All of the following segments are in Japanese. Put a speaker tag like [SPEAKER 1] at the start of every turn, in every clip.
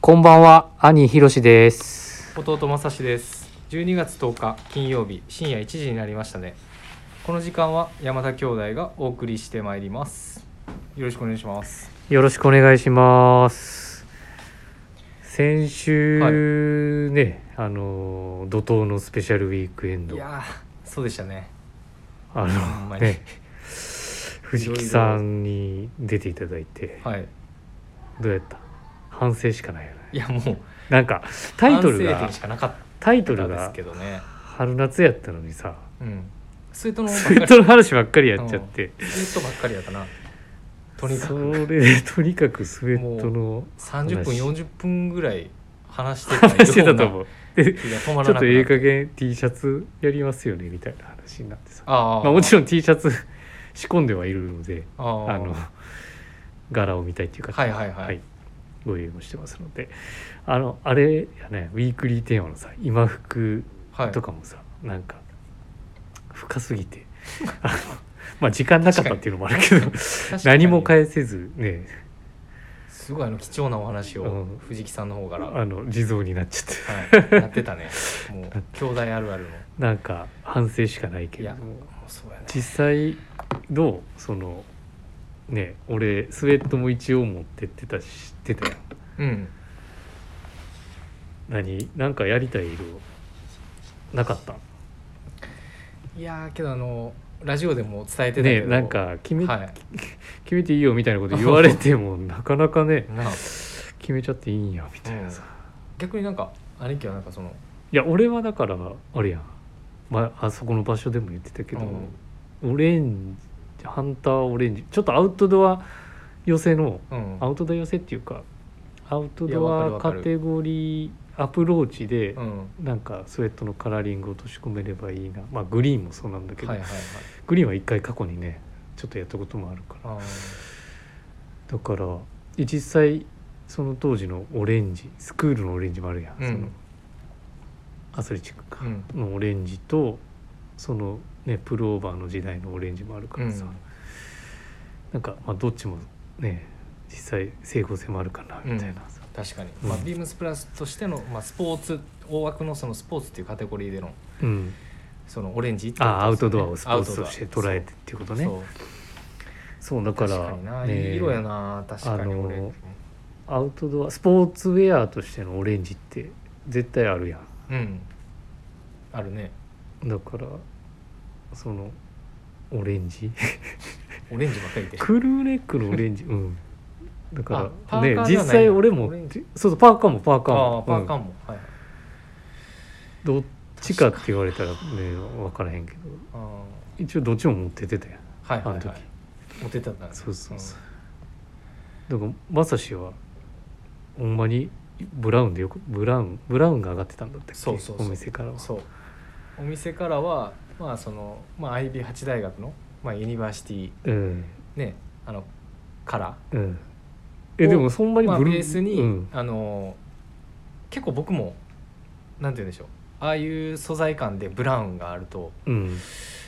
[SPEAKER 1] こんばんは、兄ひろしです。
[SPEAKER 2] 弟まさしです12月10日金曜日深夜1時になりましたねこの時間は山田兄弟がお送りしてまいりますよろしくお願いします
[SPEAKER 1] よろしくお願いします。先週、ね、あの怒涛のスペシャルウィークエン
[SPEAKER 2] い
[SPEAKER 1] ド、
[SPEAKER 2] やーそうでしたね
[SPEAKER 1] あ
[SPEAKER 2] ほん
[SPEAKER 1] の
[SPEAKER 2] まに、
[SPEAKER 1] ね、藤木さんに出ていただいて、
[SPEAKER 2] はい
[SPEAKER 1] どうやった？反省しかないよね。
[SPEAKER 2] いやもう
[SPEAKER 1] なんかタイトル
[SPEAKER 2] 反省
[SPEAKER 1] が
[SPEAKER 2] 点しかなかっ
[SPEAKER 1] タイト
[SPEAKER 2] た
[SPEAKER 1] ル
[SPEAKER 2] んです
[SPEAKER 1] が
[SPEAKER 2] けどね
[SPEAKER 1] 春夏やったのにさ、
[SPEAKER 2] うんスウェットのばっか
[SPEAKER 1] スイ
[SPEAKER 2] り
[SPEAKER 1] ートの話ばっかりやっちゃって、
[SPEAKER 2] うんスウェットばっかりやったなとにか
[SPEAKER 1] そ
[SPEAKER 2] く
[SPEAKER 1] れでとにかくスウェットの
[SPEAKER 2] 30分40分ぐらい話してたような
[SPEAKER 1] 話してたと思う。で
[SPEAKER 2] 気が止まら
[SPEAKER 1] ちょっ
[SPEAKER 2] なくな
[SPEAKER 1] とええ加減 T シャツやりますよねみたいな話になってさ
[SPEAKER 2] あー、
[SPEAKER 1] まあ、もちろ
[SPEAKER 2] ん
[SPEAKER 1] ん T シャツ 仕込んではいるので
[SPEAKER 2] あ
[SPEAKER 1] あ
[SPEAKER 2] ー
[SPEAKER 1] の柄を見たいっていう方
[SPEAKER 2] はいはいはい
[SPEAKER 1] ご用意もしてますのであのあれやねウィークリーテーマのさ今服
[SPEAKER 2] はい
[SPEAKER 1] とかもさ、なんか深すぎて あのまあ時間なかったっていうのもあるけど
[SPEAKER 2] 確かに
[SPEAKER 1] 何も返せずね
[SPEAKER 2] すごいあの貴重なお話を
[SPEAKER 1] うん
[SPEAKER 2] 藤木さんの方から、は
[SPEAKER 1] あの地蔵になっちゃって
[SPEAKER 2] い、やってたねもう兄弟あるあるのも
[SPEAKER 1] なんか反省しかないけれど
[SPEAKER 2] い
[SPEAKER 1] も。
[SPEAKER 2] うそうやね
[SPEAKER 1] 実際どうそのね俺スウェットも一応持ってってたし知ってたよ
[SPEAKER 2] うん
[SPEAKER 1] 何なんかやりたい色なかった
[SPEAKER 2] いやーけどあのラジオでも伝えてたけ
[SPEAKER 1] ね
[SPEAKER 2] ど、
[SPEAKER 1] なんか決め,、
[SPEAKER 2] はい
[SPEAKER 1] 決めていいよみたいなこと言われてもなかなかね
[SPEAKER 2] なあ
[SPEAKER 1] 決めちゃっていいんやみたいなさ、
[SPEAKER 2] う逆になんか兄貴はなんかその
[SPEAKER 1] いや俺はだからあれやん、まあそこの場所でも言ってたけど、オレンジハンターオレンジちょっとアウトドア寄せの
[SPEAKER 2] うん
[SPEAKER 1] アウトドア寄せっていうかアウト
[SPEAKER 2] いやわか
[SPEAKER 1] ドア
[SPEAKER 2] るわか
[SPEAKER 1] カ
[SPEAKER 2] る
[SPEAKER 1] テゴリーアプローチで
[SPEAKER 2] う、ん
[SPEAKER 1] なんかスウェットのカラーリングを落とし込めればいいなまあグリーンもそうなんだけど、
[SPEAKER 2] はいはいはい
[SPEAKER 1] グリーンは一回過去にねちょっとやったこともあるから
[SPEAKER 2] あ
[SPEAKER 1] だからで実際その当時のオレンジスクールのオレンジもあるやん、
[SPEAKER 2] うん
[SPEAKER 1] そのアスレチックか
[SPEAKER 2] ーうん
[SPEAKER 1] のオレンジとそのねプルオーバーの時代のオレンジもあるからさ、
[SPEAKER 2] うん
[SPEAKER 1] なんかまあどっちもね実際整合性もあるかなみたいなさ、
[SPEAKER 2] 確かに、
[SPEAKER 1] うん
[SPEAKER 2] まあ、ビームスプラスとしての、まあ、スポーツ大枠のそのスポーツっていうカテゴリーでの
[SPEAKER 1] うん、
[SPEAKER 2] そのオレンジってこと
[SPEAKER 1] あアウトドアを
[SPEAKER 2] で
[SPEAKER 1] ス
[SPEAKER 2] す
[SPEAKER 1] ポ
[SPEAKER 2] よね
[SPEAKER 1] ーツとして捉えてっていうことね
[SPEAKER 2] そう
[SPEAKER 1] そうだか
[SPEAKER 2] 確
[SPEAKER 1] ら
[SPEAKER 2] かにな、
[SPEAKER 1] ね
[SPEAKER 2] いい色やな確かに俺、
[SPEAKER 1] あのアウトドアスポーツウェアとしてのオレンジって絶対あるや
[SPEAKER 2] うんあるね
[SPEAKER 1] んだからそのオレンジ
[SPEAKER 2] オレンジばっかりで
[SPEAKER 1] クルーネックのオレンジ うんだ
[SPEAKER 2] あ
[SPEAKER 1] か
[SPEAKER 2] パ
[SPEAKER 1] ら
[SPEAKER 2] ーカー
[SPEAKER 1] ね
[SPEAKER 2] ではないんだ
[SPEAKER 1] 実際俺も
[SPEAKER 2] オレンジ
[SPEAKER 1] そうそうパーカーもパーカー
[SPEAKER 2] あ
[SPEAKER 1] も
[SPEAKER 2] あパーカー
[SPEAKER 1] うん
[SPEAKER 2] も、はいはい
[SPEAKER 1] どっちかって言われたらね分からへんけど
[SPEAKER 2] あー
[SPEAKER 1] 一応どっちも持っててたやん
[SPEAKER 2] はい
[SPEAKER 1] あ
[SPEAKER 2] はい
[SPEAKER 1] の時、
[SPEAKER 2] はい持ってったんだね
[SPEAKER 1] そうそうそうだからまさしはほんまにブラウンでよくブラウンブラウンが上がってたんだったっけ
[SPEAKER 2] そうそうそう
[SPEAKER 1] お店から
[SPEAKER 2] うん
[SPEAKER 1] は
[SPEAKER 2] そうお店からはまあその、まあ、IB8 大学の、まあ、ユニバーシティ
[SPEAKER 1] うん
[SPEAKER 2] ねあのから
[SPEAKER 1] うんえでもそんなに
[SPEAKER 2] まあ、
[SPEAKER 1] ブ
[SPEAKER 2] ベ
[SPEAKER 1] ル
[SPEAKER 2] ースに、
[SPEAKER 1] うん
[SPEAKER 2] あの結構僕もなんて言うんでしょうああいう素材感でブラウンがあると
[SPEAKER 1] うん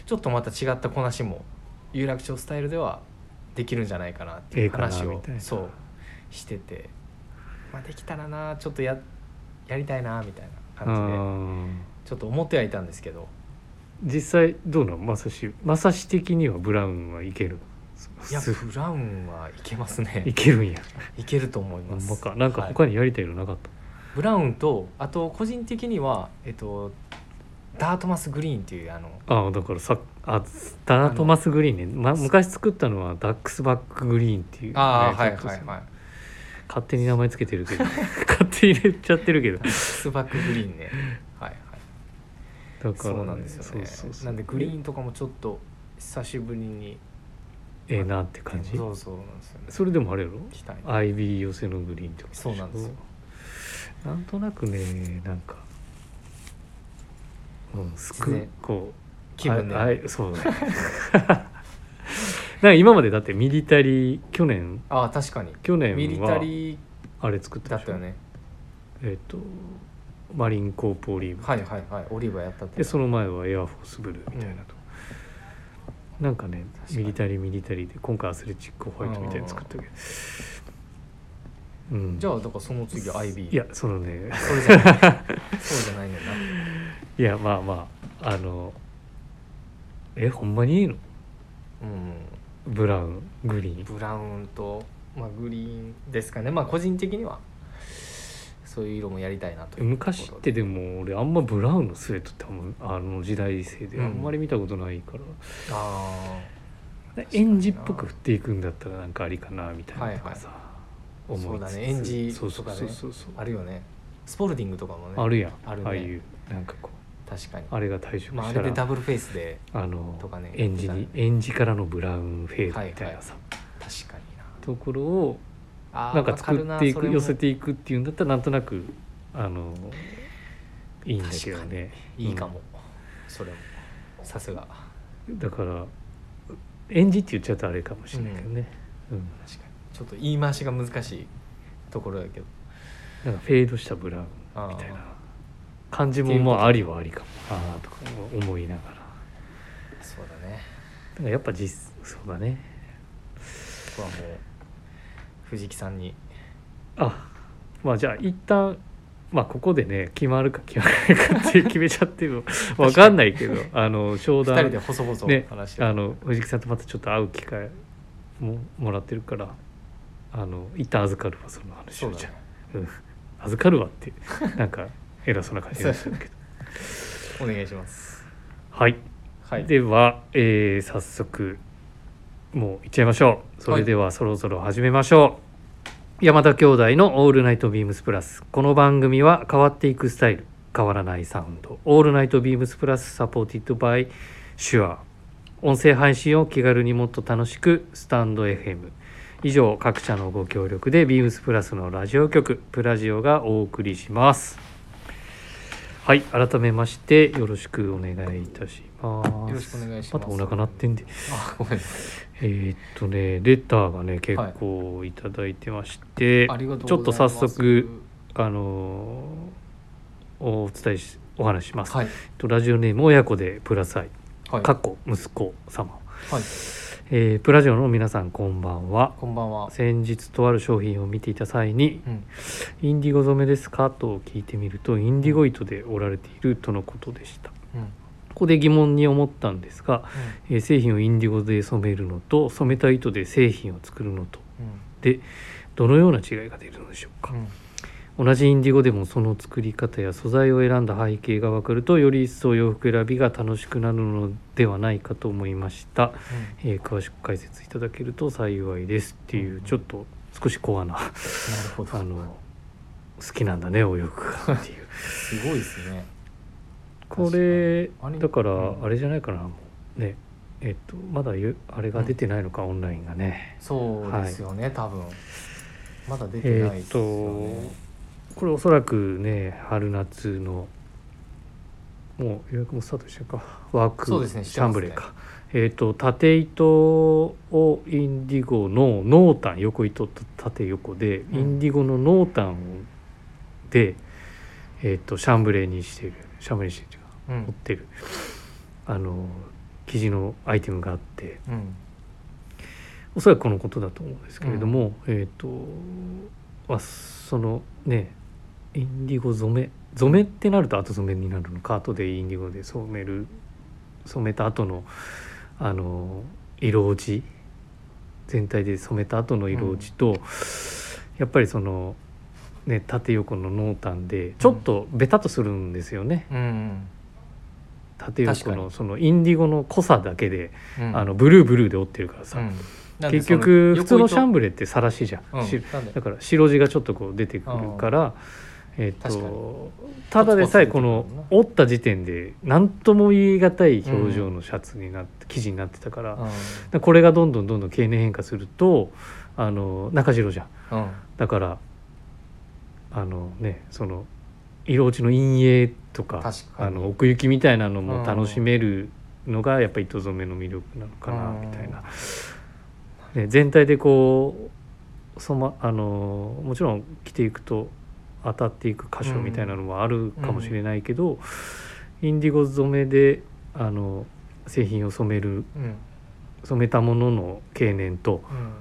[SPEAKER 2] ちょっとまた違ったこなしも有楽町スタイルではできるんじゃないかなって
[SPEAKER 1] え
[SPEAKER 2] い
[SPEAKER 1] え
[SPEAKER 2] う
[SPEAKER 1] かな
[SPEAKER 2] 話
[SPEAKER 1] み
[SPEAKER 2] を
[SPEAKER 1] たいな
[SPEAKER 2] そうしてて、まあ、できたらなちょっとややりたいなみたいな感
[SPEAKER 1] あ
[SPEAKER 2] じでちょっと思ってはいたんですけど
[SPEAKER 1] ー実際どうなのまさしまさし的にはブラウンはいける
[SPEAKER 2] いや
[SPEAKER 1] す
[SPEAKER 2] ブラウンはいけます
[SPEAKER 1] い
[SPEAKER 2] ね
[SPEAKER 1] けるんや
[SPEAKER 2] いけると思い
[SPEAKER 1] ほ
[SPEAKER 2] ま
[SPEAKER 1] ん
[SPEAKER 2] す
[SPEAKER 1] まかなんか
[SPEAKER 2] はい
[SPEAKER 1] 他にやりたいのなかった、
[SPEAKER 2] ブラウンとあと個人的にはえっとダートマスグリーンっていうあの
[SPEAKER 1] ああだからさあスタートマスグリーンね、ま、昔作ったのはダックスバックグリーンっていう、ね、
[SPEAKER 2] ああ、
[SPEAKER 1] ち
[SPEAKER 2] は
[SPEAKER 1] ょ
[SPEAKER 2] い
[SPEAKER 1] っと
[SPEAKER 2] はいはい
[SPEAKER 1] 勝手に名前つけてるけど 勝手に入れちゃってるけど
[SPEAKER 2] スバックグリーンねはいは
[SPEAKER 1] だ
[SPEAKER 2] い
[SPEAKER 1] から、
[SPEAKER 2] そうなんですよね
[SPEAKER 1] そうそうそう
[SPEAKER 2] なんでグリーンとかもちょっと久しぶりに
[SPEAKER 1] ええなって感じ
[SPEAKER 2] そうそうなんですよね
[SPEAKER 1] それでもあれやろ
[SPEAKER 2] 来たい
[SPEAKER 1] IB 寄せのグリーンってことしょ
[SPEAKER 2] そうなんですよ
[SPEAKER 1] なんとなくねなんかうんすく、
[SPEAKER 2] ね
[SPEAKER 1] こう
[SPEAKER 2] 気分ね
[SPEAKER 1] ああいそう ねなんか今までだってミリタリー去年
[SPEAKER 2] ああ確かに
[SPEAKER 1] 去年は
[SPEAKER 2] ミリタリー
[SPEAKER 1] あれ作った
[SPEAKER 2] だ
[SPEAKER 1] で
[SPEAKER 2] っ
[SPEAKER 1] したょ
[SPEAKER 2] よね
[SPEAKER 1] えっ、とマリンコープオリーブ、
[SPEAKER 2] はいはいはいオリーブはやったって
[SPEAKER 1] でその前はエアフォースブルーみたいなと、なんかね
[SPEAKER 2] 確か
[SPEAKER 1] ミ
[SPEAKER 2] に
[SPEAKER 1] リタリーミリタリーで今回アスレチックホワイトみたいに作ったけどうん、
[SPEAKER 2] じゃあだからその次 IB
[SPEAKER 1] いやそのね
[SPEAKER 2] それ じゃないそうじゃないねんない
[SPEAKER 1] やまあまああのえほんまにいいの
[SPEAKER 2] うん
[SPEAKER 1] ブラウングリーン
[SPEAKER 2] ブラウンと、まあ、グリーンですかねまあ個人的にはそういう色もやりたいなということで
[SPEAKER 1] 昔ってでも俺あんまブラウンのスウェットってあんまあの時代性で
[SPEAKER 2] うん
[SPEAKER 1] あんまり見たことないから、
[SPEAKER 2] あ
[SPEAKER 1] 園児っぽく振っていくんだったらなんかありかなみたいなとかさ、
[SPEAKER 2] はい
[SPEAKER 1] 思いつつ
[SPEAKER 2] そうだね園児
[SPEAKER 1] そうそう
[SPEAKER 2] とか
[SPEAKER 1] そ
[SPEAKER 2] ね
[SPEAKER 1] うそうそう
[SPEAKER 2] ーあるよねスポルディングとかもね
[SPEAKER 1] あるやん
[SPEAKER 2] あるね
[SPEAKER 1] ああいうなんかこ
[SPEAKER 2] 確かに
[SPEAKER 1] うあれが退職
[SPEAKER 2] まあ、あ
[SPEAKER 1] した
[SPEAKER 2] れで
[SPEAKER 1] ら、
[SPEAKER 2] ダブルフェイスで
[SPEAKER 1] あ、の
[SPEAKER 2] とかね
[SPEAKER 1] 園児に園児からのブラウンフェードみたいなさ、
[SPEAKER 2] 確かにな
[SPEAKER 1] ところを
[SPEAKER 2] あー
[SPEAKER 1] なんか作ってい
[SPEAKER 2] わ
[SPEAKER 1] く
[SPEAKER 2] かるな
[SPEAKER 1] 寄せ
[SPEAKER 2] そ
[SPEAKER 1] ていくっていうんだったらなんとなくあのいいんだけどね
[SPEAKER 2] れもいいか
[SPEAKER 1] うん
[SPEAKER 2] も、それもさすが
[SPEAKER 1] だから演じって言っちゃうとあれかもしれないけどね、うん
[SPEAKER 2] 確かにちょっと言い回しが難しいところだけど
[SPEAKER 1] なんかフェードしたブラウン
[SPEAKER 2] あー
[SPEAKER 1] みたいな感じもまあありはありかもああとか思いながら
[SPEAKER 2] そうだね
[SPEAKER 1] だからやっぱ実そうだね
[SPEAKER 2] ここはもう藤木さんに
[SPEAKER 1] あまあじゃあ一旦まあここでね決まるか決まらないかって決めちゃってもわかんないけ どあの商
[SPEAKER 2] 二人
[SPEAKER 1] 談
[SPEAKER 2] で細々
[SPEAKER 1] ね
[SPEAKER 2] 話して、
[SPEAKER 1] あの藤木さんとまたちょっと会う機会ももらってるからあの一旦預かるわその話
[SPEAKER 2] そ
[SPEAKER 1] を
[SPEAKER 2] うだ
[SPEAKER 1] じゃ
[SPEAKER 2] ね
[SPEAKER 1] あうん、預かるわって なんか偉そうな感じでしたけ ど
[SPEAKER 2] お願いします
[SPEAKER 1] はい、
[SPEAKER 2] はい
[SPEAKER 1] では、えー早速もう行っちゃいましょうそれではそろそろ始めましょう、山田兄弟の「オールナイトビームスプラス」この番組は変わっていくスタイル変わらないサウンド「オールナイトビームスプラス」サポーティッドバイシュア音声配信を気軽にもっと楽しくスタンド FM 以上各社のご協力でビームスプラスのラジオ局プラジオがお送りしますはい改めましてよろしくお願いいたします
[SPEAKER 2] よろしくお願いし
[SPEAKER 1] また
[SPEAKER 2] ます
[SPEAKER 1] お腹鳴ってんで
[SPEAKER 2] あごめんなさ
[SPEAKER 1] えーっとねレターがね結構いただいてまして、
[SPEAKER 2] いありがとうございます
[SPEAKER 1] ちょっと早速あのーお伝えしお話します、
[SPEAKER 2] はい
[SPEAKER 1] えっとラジオネーム親子でプラス愛
[SPEAKER 2] はい、
[SPEAKER 1] かっこ息子様、
[SPEAKER 2] はい、
[SPEAKER 1] えープラジオの皆さんこんばんは
[SPEAKER 2] こんばんは
[SPEAKER 1] 先日とある商品を見ていた際に
[SPEAKER 2] うん
[SPEAKER 1] 「インディゴ染めですか?」と聞いてみるとインディゴ糸で織られているとのことでした
[SPEAKER 2] うんうん
[SPEAKER 1] ここで疑問に思ったんですが、えー製品をインディゴで染めるのと染めた糸で製品を作るのとでどのような違いが出るのでしょうか
[SPEAKER 2] うん、うん
[SPEAKER 1] 同じインディゴでもその作り方や素材を選んだ背景が分かるとより一層洋服選びが楽しくなるのではないかと思いました、えー詳しく解説いただけると幸いですっていうちょっと少しコア な
[SPEAKER 2] なるほど
[SPEAKER 1] あの好きなんだねお洋服がっていう
[SPEAKER 2] すごいですね
[SPEAKER 1] これ
[SPEAKER 2] 確かにあれ
[SPEAKER 1] だか
[SPEAKER 2] う
[SPEAKER 1] ら
[SPEAKER 2] ん
[SPEAKER 1] あれじゃないかなもうねえっとまだゆあれが出てないのか、オンラインがね
[SPEAKER 2] そうですよね、多分まだ出てない
[SPEAKER 1] えー
[SPEAKER 2] で
[SPEAKER 1] っ
[SPEAKER 2] すよね、
[SPEAKER 1] とこれおそらくね春夏のもう予約もスタートしてるかワーク
[SPEAKER 2] そうですねし
[SPEAKER 1] シ
[SPEAKER 2] て
[SPEAKER 1] ャ
[SPEAKER 2] ま
[SPEAKER 1] ン
[SPEAKER 2] す
[SPEAKER 1] ブ
[SPEAKER 2] ね
[SPEAKER 1] レーか、えーっ、と縦糸をインディゴの濃淡横糸と縦横で、
[SPEAKER 2] うん
[SPEAKER 1] インディゴの濃淡をで、えーっとシャンブレーにしてるシャンブレーにしてるっていうか
[SPEAKER 2] う
[SPEAKER 1] 持っ
[SPEAKER 2] ん
[SPEAKER 1] てるあの生地のアイテムがあって
[SPEAKER 2] うん
[SPEAKER 1] おそらくこのことだと思うんですけれども、えっ、とあそのねインディゴ染め染めってなると後染めになるのか後でインディゴで染める染めた後のあの色落ち全体で染めた後の色落ちと、やっぱりその、ね、縦横の濃淡でちょっとベタっとするんですよね、
[SPEAKER 2] うん
[SPEAKER 1] 縦横
[SPEAKER 2] 確か
[SPEAKER 1] の
[SPEAKER 2] に
[SPEAKER 1] そのインディゴの濃さだけで、
[SPEAKER 2] うん
[SPEAKER 1] あのブルーブルーで折ってるからさ、
[SPEAKER 2] うんなんで
[SPEAKER 1] 結
[SPEAKER 2] その
[SPEAKER 1] 局普通のシャン
[SPEAKER 2] 横
[SPEAKER 1] ブレーってさらしじゃん、
[SPEAKER 2] 糸
[SPEAKER 1] し
[SPEAKER 2] うんなんで
[SPEAKER 1] だから白地がちょっとこう出てくるから、えっ
[SPEAKER 2] 確かに
[SPEAKER 1] とただでさえこの
[SPEAKER 2] ポツポツ出てくるもん
[SPEAKER 1] 折った時点で何とも言い難い表情のシャツになって、生地になってたから,、
[SPEAKER 2] う
[SPEAKER 1] これがどんどんどんどん経年変化するとあの中白じゃん
[SPEAKER 2] んうん
[SPEAKER 1] だからあのねその色落ちの陰影とか
[SPEAKER 2] 確かに
[SPEAKER 1] あの奥行きみたいなの
[SPEAKER 2] うん
[SPEAKER 1] も楽しめるのがやっぱ糸染めの魅力なのかな
[SPEAKER 2] うん
[SPEAKER 1] みたいな、ね、全体でこうそまあのもちろん着ていくと当たっていく箇所みたいなのもあるかもしれないけど、インディゴ染めであの製品を染める
[SPEAKER 2] うん
[SPEAKER 1] 染めたものの経年と
[SPEAKER 2] うん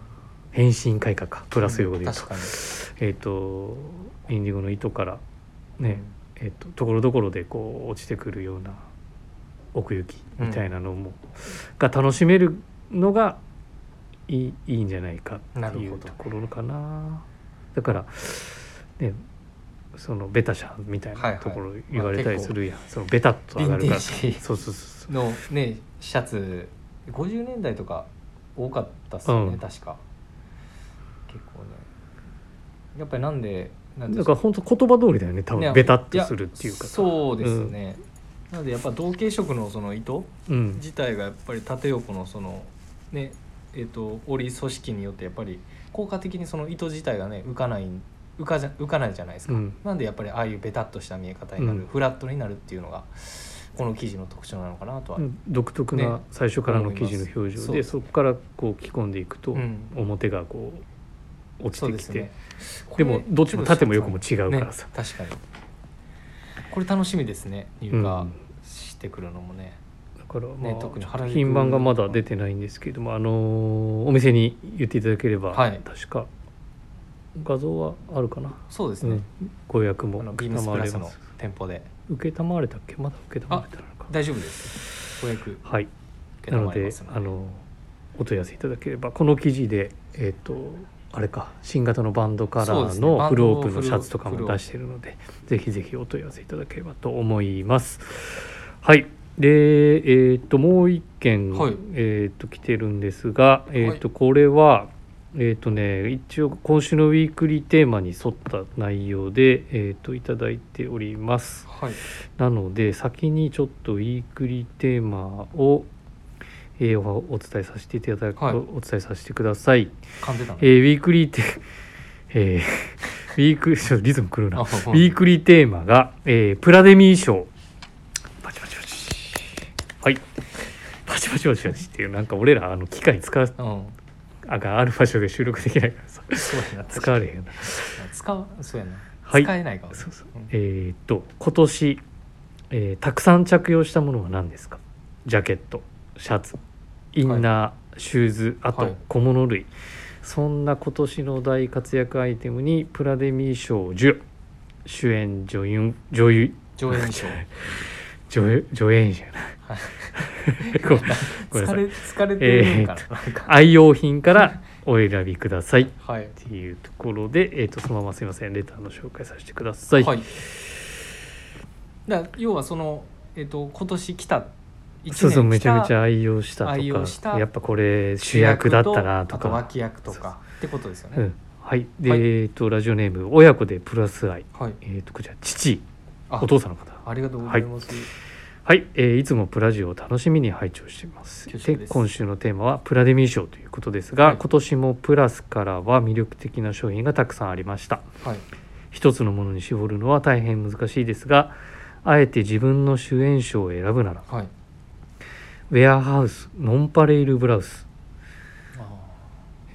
[SPEAKER 1] 変身改革かプラス用語で言うと
[SPEAKER 2] 確、かに
[SPEAKER 1] えっ、とインディゴの糸からね、えっとところどころでこう落ちてくるような奥行きみたいなのも、が楽しめるのがいいいいんじゃないか
[SPEAKER 2] な
[SPEAKER 1] って
[SPEAKER 2] る
[SPEAKER 1] い
[SPEAKER 2] ほ
[SPEAKER 1] う
[SPEAKER 2] ど
[SPEAKER 1] ところかなだからねそのベタ社みたい
[SPEAKER 2] はい
[SPEAKER 1] な
[SPEAKER 2] はい
[SPEAKER 1] ところ
[SPEAKER 2] ま
[SPEAKER 1] 言
[SPEAKER 2] あ
[SPEAKER 1] われたり
[SPEAKER 2] 結
[SPEAKER 1] す
[SPEAKER 2] 構
[SPEAKER 1] るやん、そのベタっと上がるから
[SPEAKER 2] ヴィンテージ
[SPEAKER 1] そうそうそうそう
[SPEAKER 2] の ねシャツ50年代とか多かったっすよね、
[SPEAKER 1] うん
[SPEAKER 2] 確か結構ねやっぱりなんでなんてい
[SPEAKER 1] だ
[SPEAKER 2] う
[SPEAKER 1] から
[SPEAKER 2] ん
[SPEAKER 1] 本当言葉通りだよね多
[SPEAKER 2] ね
[SPEAKER 1] 分ベタっとするっていうか
[SPEAKER 2] やそうですね、なのでやっぱ同系色のその糸
[SPEAKER 1] うん
[SPEAKER 2] 自体がやっぱり縦横のそのねえっと織り組織によってやっぱり効果的にその糸自体がね浮かない浮かじゃ浮かないじゃないですか、
[SPEAKER 1] うん
[SPEAKER 2] なんでやっぱりああいうベタっとした見え方になる、
[SPEAKER 1] うん
[SPEAKER 2] フラットになるっていうのがこの記事の特徴なのかなとは、
[SPEAKER 1] うん独特な
[SPEAKER 2] ね
[SPEAKER 1] 最初からの生地の表情
[SPEAKER 2] 思い
[SPEAKER 1] で
[SPEAKER 2] ます
[SPEAKER 1] そこからこう着込んでいくと
[SPEAKER 2] うん
[SPEAKER 1] 表がこう落ち
[SPEAKER 2] そう
[SPEAKER 1] て
[SPEAKER 2] で
[SPEAKER 1] き
[SPEAKER 2] す
[SPEAKER 1] て
[SPEAKER 2] ねこ
[SPEAKER 1] で
[SPEAKER 2] れ
[SPEAKER 1] もどっちも縦も横も違うからさ
[SPEAKER 2] ね、確かにこれ楽しみですね入
[SPEAKER 1] う
[SPEAKER 2] 荷
[SPEAKER 1] ん
[SPEAKER 2] してくるのもね、
[SPEAKER 1] だからま
[SPEAKER 2] ね特に原
[SPEAKER 1] あ
[SPEAKER 2] 宿
[SPEAKER 1] 品番がまだ出てないんですけどもあのーお店に言っていただければ
[SPEAKER 2] はい
[SPEAKER 1] 確か画像はあるかな
[SPEAKER 2] そうです
[SPEAKER 1] う
[SPEAKER 2] ね
[SPEAKER 1] ん、ご予約も
[SPEAKER 2] あのビームス
[SPEAKER 1] 承
[SPEAKER 2] プラ
[SPEAKER 1] れ
[SPEAKER 2] ス
[SPEAKER 1] ま
[SPEAKER 2] の
[SPEAKER 1] す
[SPEAKER 2] 店舗で
[SPEAKER 1] 受けたまわれたっけまだ受けたまわれたのか
[SPEAKER 2] 大丈夫ですご予約
[SPEAKER 1] はい
[SPEAKER 2] 承
[SPEAKER 1] な
[SPEAKER 2] り
[SPEAKER 1] の
[SPEAKER 2] ま
[SPEAKER 1] ですあのお問い合わせいただければこの記事でえっ、とあれか新型のバンドカ
[SPEAKER 2] そう
[SPEAKER 1] ラー
[SPEAKER 2] ですね
[SPEAKER 1] の
[SPEAKER 2] バンド
[SPEAKER 1] フルオープンのシャツとか
[SPEAKER 2] フル
[SPEAKER 1] も
[SPEAKER 2] オー
[SPEAKER 1] 出してるので、ぜひぜひお問い合わせいただければと思いますはいでえっ、ともう一件、
[SPEAKER 2] はい
[SPEAKER 1] えっ、と来てるんですがえっ、とこれはえっ、とね一応今週のウィークリーテーマに沿った内容でえっ、といただいております
[SPEAKER 2] はい
[SPEAKER 1] なので先にちょっとウィークリーテーマを、えーおお伝えさせていただく、
[SPEAKER 2] はい
[SPEAKER 1] お伝えさせてください。
[SPEAKER 2] 噛んでたの
[SPEAKER 1] えーウィークリーテ、えー ウィークちょっとリズム狂うな。
[SPEAKER 2] あ
[SPEAKER 1] ウ
[SPEAKER 2] うん
[SPEAKER 1] ィークリーテーマが、えープラデミー賞。パチパチパチ。はい。パチパチパチパチっていうなんか俺らあの機械使う
[SPEAKER 2] うん
[SPEAKER 1] あがある場所で収録できないからさ
[SPEAKER 2] そうやな
[SPEAKER 1] 使われへんな。
[SPEAKER 2] 使うそうやな、
[SPEAKER 1] はい
[SPEAKER 2] 使えないかも
[SPEAKER 1] そうそう
[SPEAKER 2] うん
[SPEAKER 1] えーっと今年、えーたくさん着用したものは何ですかジャケットシャツインナー、シューズあ
[SPEAKER 2] はい
[SPEAKER 1] と小物類、そんな今年の大活躍アイテムにプラデミー賞受主演女優女優
[SPEAKER 2] 上演賞
[SPEAKER 1] 女優女演じゃない
[SPEAKER 2] はい
[SPEAKER 1] ごめん ごめんな
[SPEAKER 2] 疲
[SPEAKER 1] さ
[SPEAKER 2] れ
[SPEAKER 1] い
[SPEAKER 2] 疲れてるんかな,、なんか
[SPEAKER 1] 愛用品からお選びくださいっ
[SPEAKER 2] はい
[SPEAKER 1] ていうところで、えーっとそのまますいませんレターの紹介させてください、
[SPEAKER 2] はい、だから要はその、えっと今年来た一
[SPEAKER 1] そうそうめ
[SPEAKER 2] 来
[SPEAKER 1] ちゃ
[SPEAKER 2] た
[SPEAKER 1] めちゃ愛用したと
[SPEAKER 2] 愛用
[SPEAKER 1] か
[SPEAKER 2] した
[SPEAKER 1] やっぱこれ主役だったなと
[SPEAKER 2] あと
[SPEAKER 1] か
[SPEAKER 2] 脇役とかってことですよね、
[SPEAKER 1] うん、はいで、
[SPEAKER 2] はい
[SPEAKER 1] えっとラジオネーム親子でプラス愛
[SPEAKER 2] はい
[SPEAKER 1] えっ、とこちら父
[SPEAKER 2] あ
[SPEAKER 1] お父さんの方
[SPEAKER 2] ありがとうございます、
[SPEAKER 1] はい、えーいつもプラジオを楽しみに拝聴しています
[SPEAKER 2] 恐
[SPEAKER 1] で
[SPEAKER 2] 縮です
[SPEAKER 1] 今週のテーマはプラデミー賞ということですが、
[SPEAKER 2] はい
[SPEAKER 1] 今年もプラスからは魅力的な商品がたくさんありました
[SPEAKER 2] はい
[SPEAKER 1] 一つのものに絞るのは大変難しいですがあえて自分の主演賞を選ぶなら
[SPEAKER 2] はい
[SPEAKER 1] ウェアハウスノンパレイルブラウス
[SPEAKER 2] あ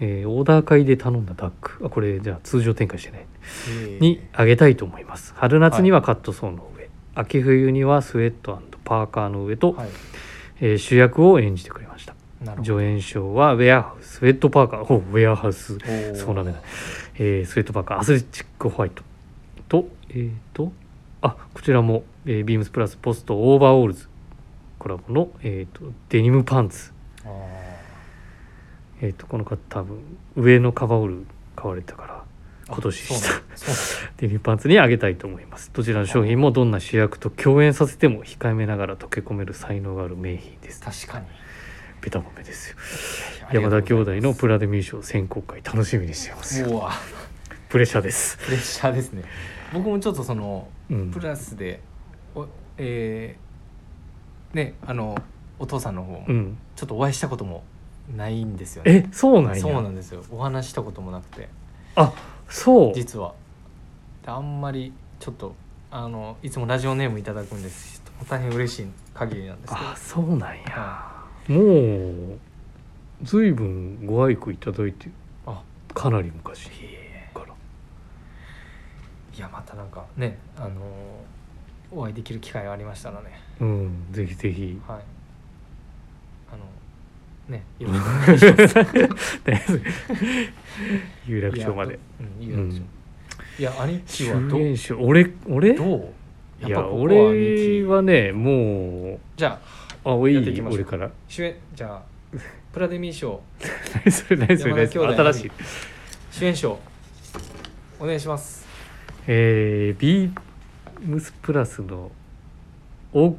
[SPEAKER 1] えーオーダー会で頼んだダックあこれじゃあ通常展開してね
[SPEAKER 2] ー
[SPEAKER 1] にあげたいと思います春夏にはカットソーの上、秋冬にはスウェットパーカーの上と、
[SPEAKER 2] はい
[SPEAKER 1] えー主役を演じてくれました
[SPEAKER 2] なるほど
[SPEAKER 1] 助演賞はウェアハウススウェットパーカーほうウェアハウス
[SPEAKER 2] おー
[SPEAKER 1] そうなんだ、えースウェットパーカーアスレチックホワイトとえっ、とあこちらも、えービームスプラスポストオーバーオールズコラボの、えー、とデニムパンツ
[SPEAKER 2] あ
[SPEAKER 1] えっ、とこの方多分上のカバーオール買われたから
[SPEAKER 2] ーあ
[SPEAKER 1] 今年した
[SPEAKER 2] そうなんそう
[SPEAKER 1] デニムパンツにあげたいと思いますどちらの商品もどんな主役と共演させても控えめながら溶け込める才能がある名品です
[SPEAKER 2] なん確かに
[SPEAKER 1] ベタ褒めですよ
[SPEAKER 2] あり
[SPEAKER 1] 山
[SPEAKER 2] がとう
[SPEAKER 1] 田
[SPEAKER 2] ございます
[SPEAKER 1] 兄弟のプラデミー賞選考会楽しみにしてます
[SPEAKER 2] うわ
[SPEAKER 1] プレッシャーです
[SPEAKER 2] プレッシャーですね僕もちょっとその
[SPEAKER 1] うん
[SPEAKER 2] プラスでおえーねあのお父さんの方も
[SPEAKER 1] うん
[SPEAKER 2] ちょっとお会いしたこともないんですよね、
[SPEAKER 1] えそうなんや
[SPEAKER 2] そうなんですよお話したこともなくて
[SPEAKER 1] あそう
[SPEAKER 2] 実はであんまりちょっとあのいつもラジオネームいただくんですちょっと大変嬉しい限りなんですけど
[SPEAKER 1] あそうなんや
[SPEAKER 2] あ
[SPEAKER 1] もう随分ご愛顧いただいて
[SPEAKER 2] あ
[SPEAKER 1] かなり昔から
[SPEAKER 2] いやまたなんかねあのお会いできる機会がありましたらね
[SPEAKER 1] うんぜひぜひ
[SPEAKER 2] はいあの ねいろいろ
[SPEAKER 1] 有楽町まで、
[SPEAKER 2] うん、有楽町
[SPEAKER 1] うん
[SPEAKER 2] いや兄貴は
[SPEAKER 1] 終
[SPEAKER 2] ど
[SPEAKER 1] 演所俺俺
[SPEAKER 2] どうや
[SPEAKER 1] い
[SPEAKER 2] っぱ
[SPEAKER 1] や
[SPEAKER 2] ここは兄貴
[SPEAKER 1] 俺はねもう
[SPEAKER 2] じゃあ
[SPEAKER 1] あおい
[SPEAKER 2] やっていきましょう
[SPEAKER 1] 俺から
[SPEAKER 2] 主演じゃあプラデミー賞
[SPEAKER 1] 何それ何それ
[SPEAKER 2] 山
[SPEAKER 1] 何
[SPEAKER 2] 田
[SPEAKER 1] それ新
[SPEAKER 2] 兄弟
[SPEAKER 1] しい
[SPEAKER 2] 主演賞お願いします
[SPEAKER 1] えー、ビームスプラスのオオ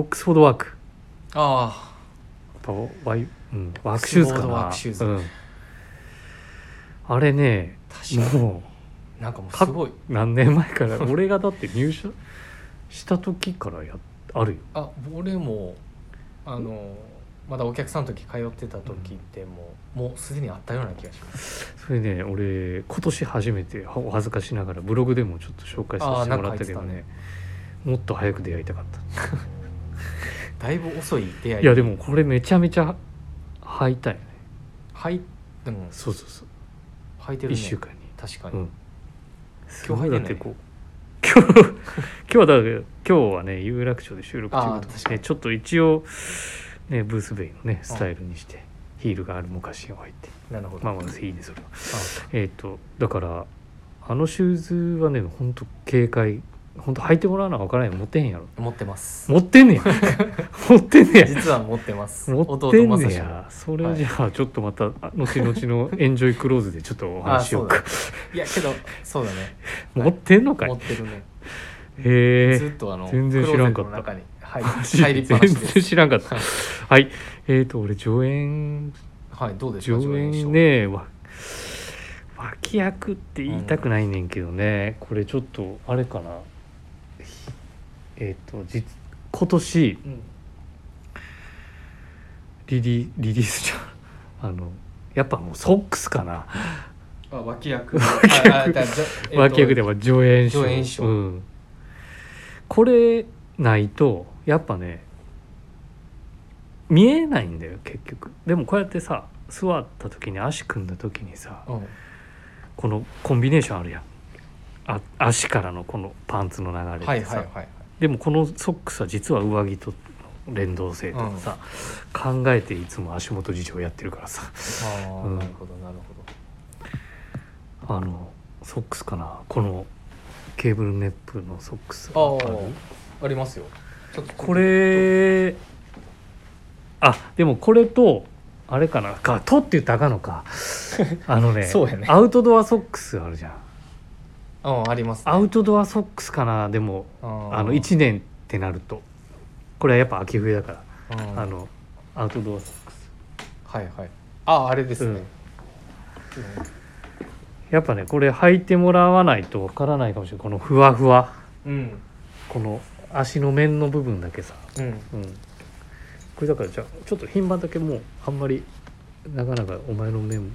[SPEAKER 1] ックスフォードワーク
[SPEAKER 2] あ
[SPEAKER 1] やっぱワイ、うん、ワークシューズかな
[SPEAKER 2] ワークシューズ
[SPEAKER 1] うん、あれね
[SPEAKER 2] あ確かに
[SPEAKER 1] も
[SPEAKER 2] なんかもうすごいう
[SPEAKER 1] 何年前 から俺がだって入社した時からやっあるよ
[SPEAKER 2] あ俺もあのまだお客さんの時通ってた時でも、もうすでにあったような気がします
[SPEAKER 1] それね俺今年初めてはお恥ずかしながらブログでもちょっと紹介させてもらったけど
[SPEAKER 2] あーなん
[SPEAKER 1] ねもっと早く出会いたかった
[SPEAKER 2] だいぶ遅い出会い
[SPEAKER 1] いやでもこれめちゃめちゃ履いたよね
[SPEAKER 2] はいでも
[SPEAKER 1] そうそうそう
[SPEAKER 2] 履いてる
[SPEAKER 1] 1
[SPEAKER 2] ね
[SPEAKER 1] 週間に
[SPEAKER 2] 確か
[SPEAKER 1] う
[SPEAKER 2] に、
[SPEAKER 1] ん
[SPEAKER 2] 今日履いてない
[SPEAKER 1] だってこう今日 今日だから今日はね有楽町で収録ということ
[SPEAKER 2] あー
[SPEAKER 1] で
[SPEAKER 2] 確か
[SPEAKER 1] ね
[SPEAKER 2] に
[SPEAKER 1] ちょっと一応ねブースベイのねスタイルにしてヒールがある昔を履いて
[SPEAKER 2] なるほど、
[SPEAKER 1] まあまあいいねそれはえっ、とだからあのシューズはねほんと軽快ほんと履いてもらわな分からんよ持ってへんやろ
[SPEAKER 2] あ持ってます
[SPEAKER 1] 持ってん ねや持ってんねや
[SPEAKER 2] 実は持ってます
[SPEAKER 1] 持ってん
[SPEAKER 2] 弟
[SPEAKER 1] ね
[SPEAKER 2] 正
[SPEAKER 1] やそれじゃあちょっとまたあ後々のエンジョイクローズでちょっとお話ししよう
[SPEAKER 2] あ
[SPEAKER 1] か
[SPEAKER 2] 志いやけどそうだね
[SPEAKER 1] 持ってんのかい
[SPEAKER 2] 持
[SPEAKER 1] へ
[SPEAKER 2] ってるねず
[SPEAKER 1] え
[SPEAKER 2] っとあの
[SPEAKER 1] 全然知らんかった
[SPEAKER 2] クローゼットの中にはい入り
[SPEAKER 1] 全
[SPEAKER 2] っぱなしです
[SPEAKER 1] 然知らんかった
[SPEAKER 2] はい
[SPEAKER 1] はいえっ、と俺上演
[SPEAKER 2] はいどうですか
[SPEAKER 1] 上演ねわ脇役って言いたくないねんけどね、これちょっとあれかなえっ、と実今年
[SPEAKER 2] うん
[SPEAKER 1] リリリリースじゃんあ のやっぱもうソックスかな
[SPEAKER 2] あ 脇役脇役
[SPEAKER 1] 脇役では上演賞
[SPEAKER 2] 上演賞
[SPEAKER 1] うん、これないとやっぱね見えないんだよ結局でもこうやってさ座った時に足組んだ時にさ
[SPEAKER 2] うん
[SPEAKER 1] このコンビネーションあるやんあ足からのこのパンツの流れ
[SPEAKER 2] はい
[SPEAKER 1] で
[SPEAKER 2] はい
[SPEAKER 1] さ、
[SPEAKER 2] はいはい
[SPEAKER 1] でもこのソックスは実は上着との連動性とかさ、考えていつも足元事情やってるからさ
[SPEAKER 2] ああ、
[SPEAKER 1] うん
[SPEAKER 2] なるほどなるほど
[SPEAKER 1] あのソックスかなこのケーブルネップのソックス
[SPEAKER 2] あ
[SPEAKER 1] る
[SPEAKER 2] ーありますよちょっと
[SPEAKER 1] これあでもこれとあれかなか「と」って言ったらあかんの かあのね
[SPEAKER 2] そうやね
[SPEAKER 1] アウトドアソックスあるじゃん
[SPEAKER 2] うんありますね
[SPEAKER 1] アウトドアソックスかなでも
[SPEAKER 2] あ
[SPEAKER 1] あの1年ってなるとこれはやっぱ秋冬だから、
[SPEAKER 2] あ
[SPEAKER 1] あのアウトドアソックス
[SPEAKER 2] はいはいああれですね
[SPEAKER 1] やっぱねこれ履いてもらわないとわからないかもしれないこのふわふわ
[SPEAKER 2] うん
[SPEAKER 1] この足の面の部分だけさ
[SPEAKER 2] うん
[SPEAKER 1] うん、これだからじゃあちょっと品番だけもうあんまりなかなかお前の面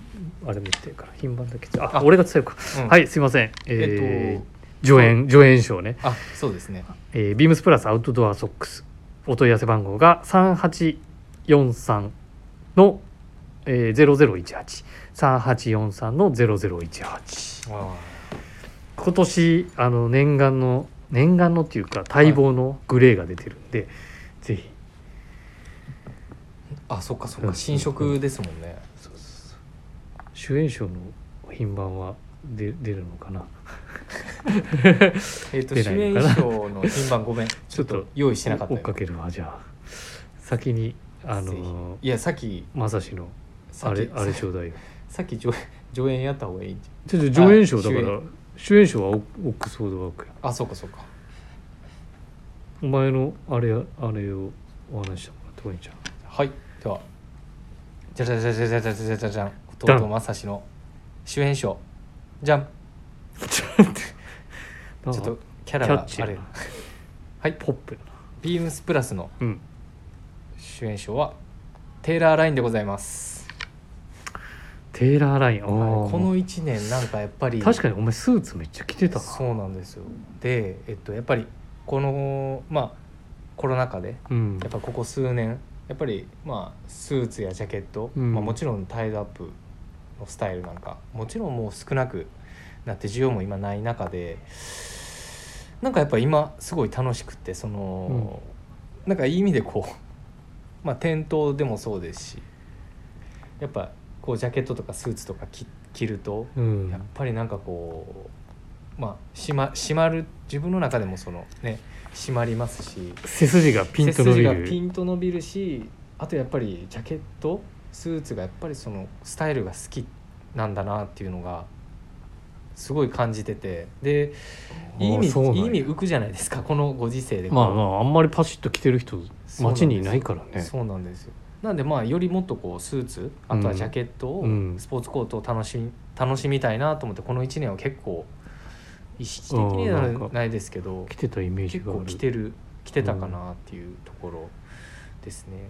[SPEAKER 1] あれ見てるから品番だけあ
[SPEAKER 2] あ
[SPEAKER 1] 俺が伝えるか、
[SPEAKER 2] うん
[SPEAKER 1] はいすいませんえー
[SPEAKER 2] えっと
[SPEAKER 1] 助演助演賞ね、
[SPEAKER 2] あそうですね
[SPEAKER 1] えービームスプラスアウトドアソックスお問い合わせ番号が3843の、えー、00183843の0018
[SPEAKER 2] あ
[SPEAKER 1] 今年あの念願の念願のっていうか待望のグレーが出てるんで、ぜひ
[SPEAKER 2] ーあそっかそっ
[SPEAKER 1] う
[SPEAKER 2] か
[SPEAKER 1] ん
[SPEAKER 2] 新色ですもんね
[SPEAKER 1] そうそうそう主演賞の品番は出出るのかな
[SPEAKER 2] えっと
[SPEAKER 1] 出
[SPEAKER 2] 主
[SPEAKER 1] ない
[SPEAKER 2] 演
[SPEAKER 1] のかな
[SPEAKER 2] 賞の品番ごめんちょっと用意してなかった
[SPEAKER 1] 追っ
[SPEAKER 2] よ
[SPEAKER 1] かけるわじゃあ先にあ
[SPEAKER 2] ぜ
[SPEAKER 1] の
[SPEAKER 2] ひいやさっき
[SPEAKER 1] まさしの
[SPEAKER 2] さ
[SPEAKER 1] あ
[SPEAKER 2] っ
[SPEAKER 1] れ
[SPEAKER 2] き
[SPEAKER 1] あれちょうだいよ
[SPEAKER 2] さっき上上演やった方がいいん
[SPEAKER 1] ち
[SPEAKER 2] じ
[SPEAKER 1] ょちょ上演賞だか
[SPEAKER 2] 主
[SPEAKER 1] ら主演賞はオオックスフォードワークや
[SPEAKER 2] ゃんあそうかそうか
[SPEAKER 1] お前のあれあれをお話ししてもらってもいいんじゃん
[SPEAKER 2] はいではじゃじゃじゃじゃじゃじゃじゃじゃじゃん
[SPEAKER 1] ダン
[SPEAKER 2] 弟正志の主演賞じゃん
[SPEAKER 1] ちょっ
[SPEAKER 2] ちょっとキャ
[SPEAKER 1] キ
[SPEAKER 2] ラ
[SPEAKER 1] ャッ
[SPEAKER 2] が
[SPEAKER 1] チ
[SPEAKER 2] あ
[SPEAKER 1] ー
[SPEAKER 2] れ
[SPEAKER 1] な
[SPEAKER 2] はい
[SPEAKER 1] ポップやな
[SPEAKER 2] ビームスプラスの
[SPEAKER 1] うん
[SPEAKER 2] 主演賞はテイラー・ラインでございます、
[SPEAKER 1] テイラーライン
[SPEAKER 2] はいこ
[SPEAKER 1] こ
[SPEAKER 2] の
[SPEAKER 1] の
[SPEAKER 2] 1年なんかやっぱり
[SPEAKER 1] 確かにお前スーツめっちゃ着てたな
[SPEAKER 2] そうなんですよでえっとやっぱりこのまあコロナ禍で
[SPEAKER 1] うん
[SPEAKER 2] やっぱここ数年やっぱりまあスーツやジャケット、
[SPEAKER 1] うん
[SPEAKER 2] まあ、もちろんタイドアップのスタイルなんかもちろんもう少なくなって需要も今ない中でなんかやっぱ今すごい楽しくってその、なんかいい意味でこう まあ、店頭でもそうですしやっぱこうジャケットとかスーツとか着着ると、
[SPEAKER 1] うん
[SPEAKER 2] やっぱりなんかこう、まあ、しま締まる自分の中でもそのね締まりますし
[SPEAKER 1] 背筋がピンと伸び
[SPEAKER 2] 背筋がピ
[SPEAKER 1] る
[SPEAKER 2] ンと伸びるしあとやっぱりジャケットスーツがやっぱりそのスタイルが好きなんだなっていうのがすごい感じててでいい意
[SPEAKER 1] あーそうなん
[SPEAKER 2] 味
[SPEAKER 1] や
[SPEAKER 2] いい意味浮くじゃないですかこのご時世でこう
[SPEAKER 1] まあまああんまりパシッと着てる人
[SPEAKER 2] そうなんです
[SPEAKER 1] 街にいないからね
[SPEAKER 2] そうなんですよなんでまあよりもっとこうスーツあとはジャケットを、
[SPEAKER 1] うん
[SPEAKER 2] スポーツコートを楽しみ楽しみたいなと思ってこの1年は結構意識的に
[SPEAKER 1] あ
[SPEAKER 2] は
[SPEAKER 1] ーなんか
[SPEAKER 2] ないですけど
[SPEAKER 1] 着てたイメージ
[SPEAKER 2] 結
[SPEAKER 1] があ
[SPEAKER 2] 構
[SPEAKER 1] る
[SPEAKER 2] 着てる着てたかなっていうところですね。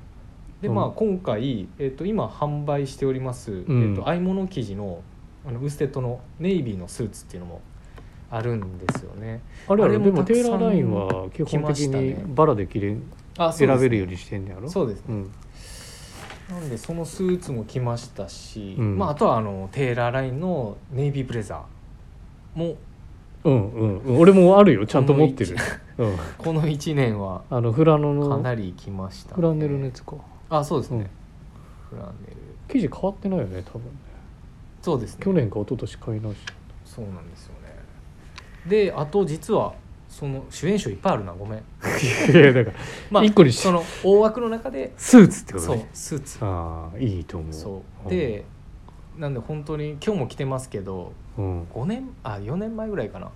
[SPEAKER 2] で
[SPEAKER 1] うん
[SPEAKER 2] まあ今回、えっと今販売しております、
[SPEAKER 1] ん
[SPEAKER 2] えっと合い物生地のあのウステッドのネイビーのスーツっていうのもあるんですよね。
[SPEAKER 1] あれあれ
[SPEAKER 2] あれも
[SPEAKER 1] でも
[SPEAKER 2] たく
[SPEAKER 1] テ
[SPEAKER 2] さん
[SPEAKER 1] ーラーラインは基
[SPEAKER 2] 来
[SPEAKER 1] 本
[SPEAKER 2] ま
[SPEAKER 1] 的
[SPEAKER 2] したね
[SPEAKER 1] にバラで着れん
[SPEAKER 2] あ
[SPEAKER 1] 選べる
[SPEAKER 2] よ
[SPEAKER 1] ようにしてんねやろ
[SPEAKER 2] そうですね。
[SPEAKER 1] うん
[SPEAKER 2] なんでそのスーツも着ましたし、
[SPEAKER 1] うん
[SPEAKER 2] まあ、あとはあのテーラーラインのネイビーブレザーも
[SPEAKER 1] うんうんうん俺もあるよちゃんと持ってるうん
[SPEAKER 2] この1年は
[SPEAKER 1] あのフラノ
[SPEAKER 2] か
[SPEAKER 1] の
[SPEAKER 2] なり着ました、
[SPEAKER 1] フランネルのやつか
[SPEAKER 2] あそうですね、フランネル
[SPEAKER 1] 生地変わってないよね多分ね
[SPEAKER 2] そうですね
[SPEAKER 1] 去年か一昨年買い直し
[SPEAKER 2] そうなんですよねであと実はその主演賞いっぱいあるなごめん
[SPEAKER 1] たいやだから
[SPEAKER 2] まあ
[SPEAKER 1] 一個にし
[SPEAKER 2] その大枠の中で
[SPEAKER 1] スーツってこと
[SPEAKER 2] そう
[SPEAKER 1] ね
[SPEAKER 2] スーツ
[SPEAKER 1] ああいいと思う
[SPEAKER 2] そうでなんで本当に今日も着てますけど
[SPEAKER 1] うん
[SPEAKER 2] 5年あ4年前ぐらいかな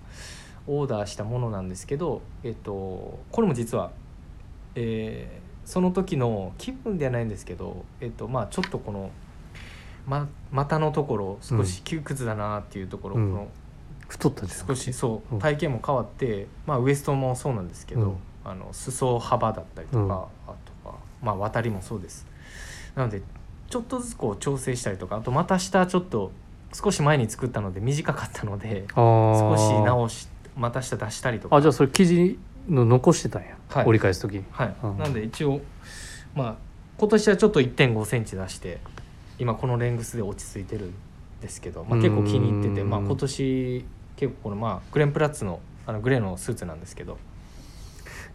[SPEAKER 2] オーダーしたものなんですけど、えっと、これも実は、えーその時の気分ではないんですけど、えっとまあ、ちょっとこの、ま、股のところ少し窮屈だなっていうところ、
[SPEAKER 1] うん
[SPEAKER 2] この
[SPEAKER 1] 太ったじゃん
[SPEAKER 2] 少しそううん体型も変わって、まあ、ウエストもそうなんですけど、
[SPEAKER 1] うん
[SPEAKER 2] あの裾幅だったりとか、
[SPEAKER 1] うん
[SPEAKER 2] あとは、まあ、渡りもそうですなのでちょっとずつこう調整したりとかあと股下ちょっと少し前に作ったので短かったので
[SPEAKER 1] あー
[SPEAKER 2] 少し直し股下出したりとか
[SPEAKER 1] あじゃあそれ生地の残してたんや、
[SPEAKER 2] はい
[SPEAKER 1] 折り返す時に
[SPEAKER 2] はい、
[SPEAKER 1] うん
[SPEAKER 2] なんで一応まあ今年はちょっと1 5センチ出して今このレングスで落ち着いてるんですけど、まあ、結構気に入ってて、
[SPEAKER 1] うん
[SPEAKER 2] まあ、今年結構この、まあ、グレンプラッツのあのグレーのスーツなんですけど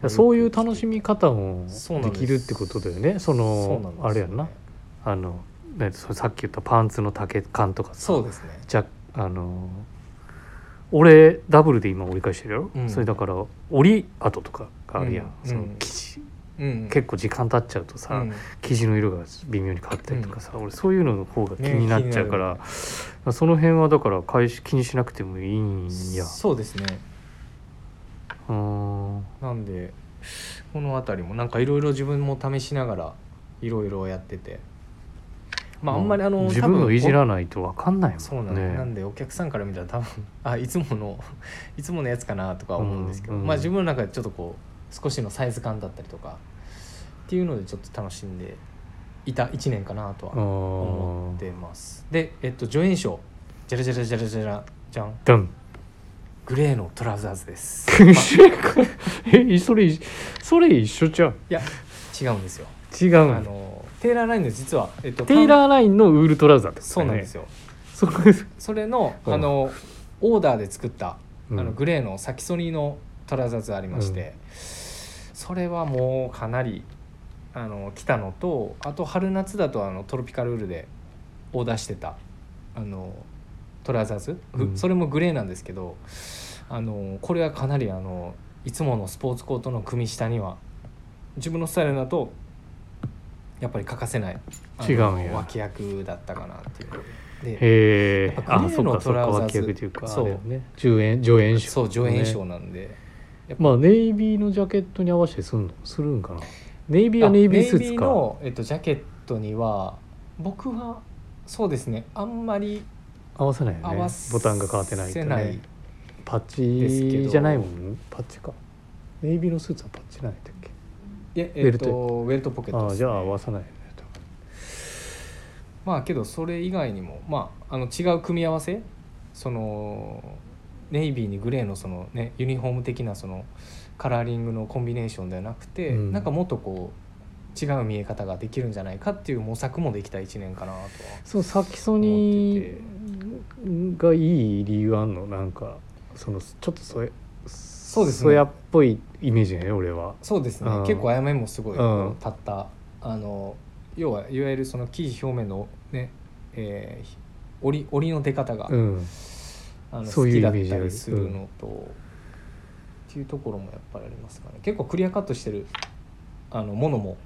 [SPEAKER 1] いやそういう楽しみ方も
[SPEAKER 2] そう
[SPEAKER 1] で
[SPEAKER 2] なんです
[SPEAKER 1] きるってことだよねそ
[SPEAKER 2] そう
[SPEAKER 1] の
[SPEAKER 2] なんですよね
[SPEAKER 1] あれやんなあのねそれさっき言ったパンツの丈感とかさ
[SPEAKER 2] そうですね
[SPEAKER 1] じゃあの俺ダブルで今折り返してるやろ、
[SPEAKER 2] うん
[SPEAKER 1] それだから折り跡とかがあるやん、
[SPEAKER 2] うん
[SPEAKER 1] その
[SPEAKER 2] うん
[SPEAKER 1] 生地、
[SPEAKER 2] うん
[SPEAKER 1] 結構時間経っちゃうとさ、
[SPEAKER 2] うん
[SPEAKER 1] 生地の色が微妙に変わったりとかさ、俺そういうのの方が気
[SPEAKER 2] ね
[SPEAKER 1] になっちゃうから、その辺はだから返し気にしなくてもいいんや
[SPEAKER 2] そうですね
[SPEAKER 1] うーん
[SPEAKER 2] なんでこの辺りもなんかいろいろ自分も試しながらいろいろやっててまああんまりあの
[SPEAKER 1] 自
[SPEAKER 2] 多
[SPEAKER 1] 分
[SPEAKER 2] 分
[SPEAKER 1] のいじらないとわかんないもんね
[SPEAKER 2] そうなんだ、なんでお客さんから見たら多分あいつものいつものやつかなとか思うんですけど、
[SPEAKER 1] うんうん
[SPEAKER 2] まあ自分の中でちょっとこう少しのサイズ感だったりとかっていうのでちょっと楽しんでいた1年かなとは思ってますでえっと助演賞じゃらじゃらじゃらじゃらじゃん
[SPEAKER 1] ダン
[SPEAKER 2] グレーのトラウザーズです、まあ
[SPEAKER 1] えそれそれ一緒じゃん
[SPEAKER 2] いや違うんですよ
[SPEAKER 1] 違う
[SPEAKER 2] あ
[SPEAKER 1] の
[SPEAKER 2] のテーラーラインの実は、えっと、
[SPEAKER 1] テイラーラインのウールトラウザーってこと
[SPEAKER 2] そうなんです
[SPEAKER 1] よ
[SPEAKER 2] よ、
[SPEAKER 1] そこです
[SPEAKER 2] それの
[SPEAKER 1] うん
[SPEAKER 2] あのオーダーで作ったあ
[SPEAKER 1] う
[SPEAKER 2] の
[SPEAKER 1] ん
[SPEAKER 2] グレーのサキソニーのトラウザーズありまして、それはもうかなりあの来たのとあと春夏だとあのトロピカルウールでオーダーしてたあのトラウザーズ、ぐ
[SPEAKER 1] うん
[SPEAKER 2] それもグレーなんですけどあのこれはかなりあのいつものスポーツコートの組下には自分のスタイルだとやっぱり欠かせないあの
[SPEAKER 1] 違うんや
[SPEAKER 2] 脇役だったかなっていう。で
[SPEAKER 1] へえ
[SPEAKER 2] やっぱ
[SPEAKER 1] あ
[SPEAKER 2] グレ
[SPEAKER 1] そ
[SPEAKER 2] ー
[SPEAKER 1] っ
[SPEAKER 2] の
[SPEAKER 1] かそっ
[SPEAKER 2] ト
[SPEAKER 1] か
[SPEAKER 2] ラウザーズ
[SPEAKER 1] 脇役というか
[SPEAKER 2] そう
[SPEAKER 1] あれよね上演上演賞
[SPEAKER 2] そう上演賞
[SPEAKER 1] ね
[SPEAKER 2] なんで、
[SPEAKER 1] まあネイビーのジャケットに合わせてするのするんかなネイビーはネイビース
[SPEAKER 2] あネ
[SPEAKER 1] ーツか
[SPEAKER 2] の、えっと、ジャケットには僕はそうですねあんまり
[SPEAKER 1] 合わせないよ
[SPEAKER 2] 合
[SPEAKER 1] ね
[SPEAKER 2] わせ
[SPEAKER 1] ボタンが変わってないと
[SPEAKER 2] せない
[SPEAKER 1] ねパッ
[SPEAKER 2] ですけ
[SPEAKER 1] チ
[SPEAKER 2] ど
[SPEAKER 1] じゃないもんパッチかネイビーのスーツはパッチないんだっけ
[SPEAKER 2] え
[SPEAKER 1] ウ
[SPEAKER 2] え
[SPEAKER 1] ェ
[SPEAKER 2] っ
[SPEAKER 1] ルト
[SPEAKER 2] とウェルトポケッ
[SPEAKER 1] あ
[SPEAKER 2] ト
[SPEAKER 1] あ
[SPEAKER 2] です
[SPEAKER 1] じゃあ合わさないよね
[SPEAKER 2] まあけどそれ以外にも、まあ、あの違う組み合わせそのネイビーにグレーのその、ね、ユニフォーム的なそのカラーリングのコンビネーションではなくて、
[SPEAKER 1] うん
[SPEAKER 2] なんかもっとこう違う見え方ができるんじゃないかっていう模索もできた1年かなとは
[SPEAKER 1] そのサキソニーがいい理由あんのなんかそのちょっとそやそう
[SPEAKER 2] ですね
[SPEAKER 1] そやっぽいイメージね俺は
[SPEAKER 2] そうですね
[SPEAKER 1] うん
[SPEAKER 2] 結構あやめもすごい
[SPEAKER 1] うん
[SPEAKER 2] 立ったあの要はいわゆるその生地表面のね、えー折り折りの出方が、
[SPEAKER 1] うん
[SPEAKER 2] あの
[SPEAKER 1] そ
[SPEAKER 2] 好
[SPEAKER 1] ういう
[SPEAKER 2] き
[SPEAKER 1] イメ
[SPEAKER 2] だ
[SPEAKER 1] ー
[SPEAKER 2] った
[SPEAKER 1] ジある
[SPEAKER 2] りするのと、っていうところもやっぱりありますかね結構クリアカットしてるあのものも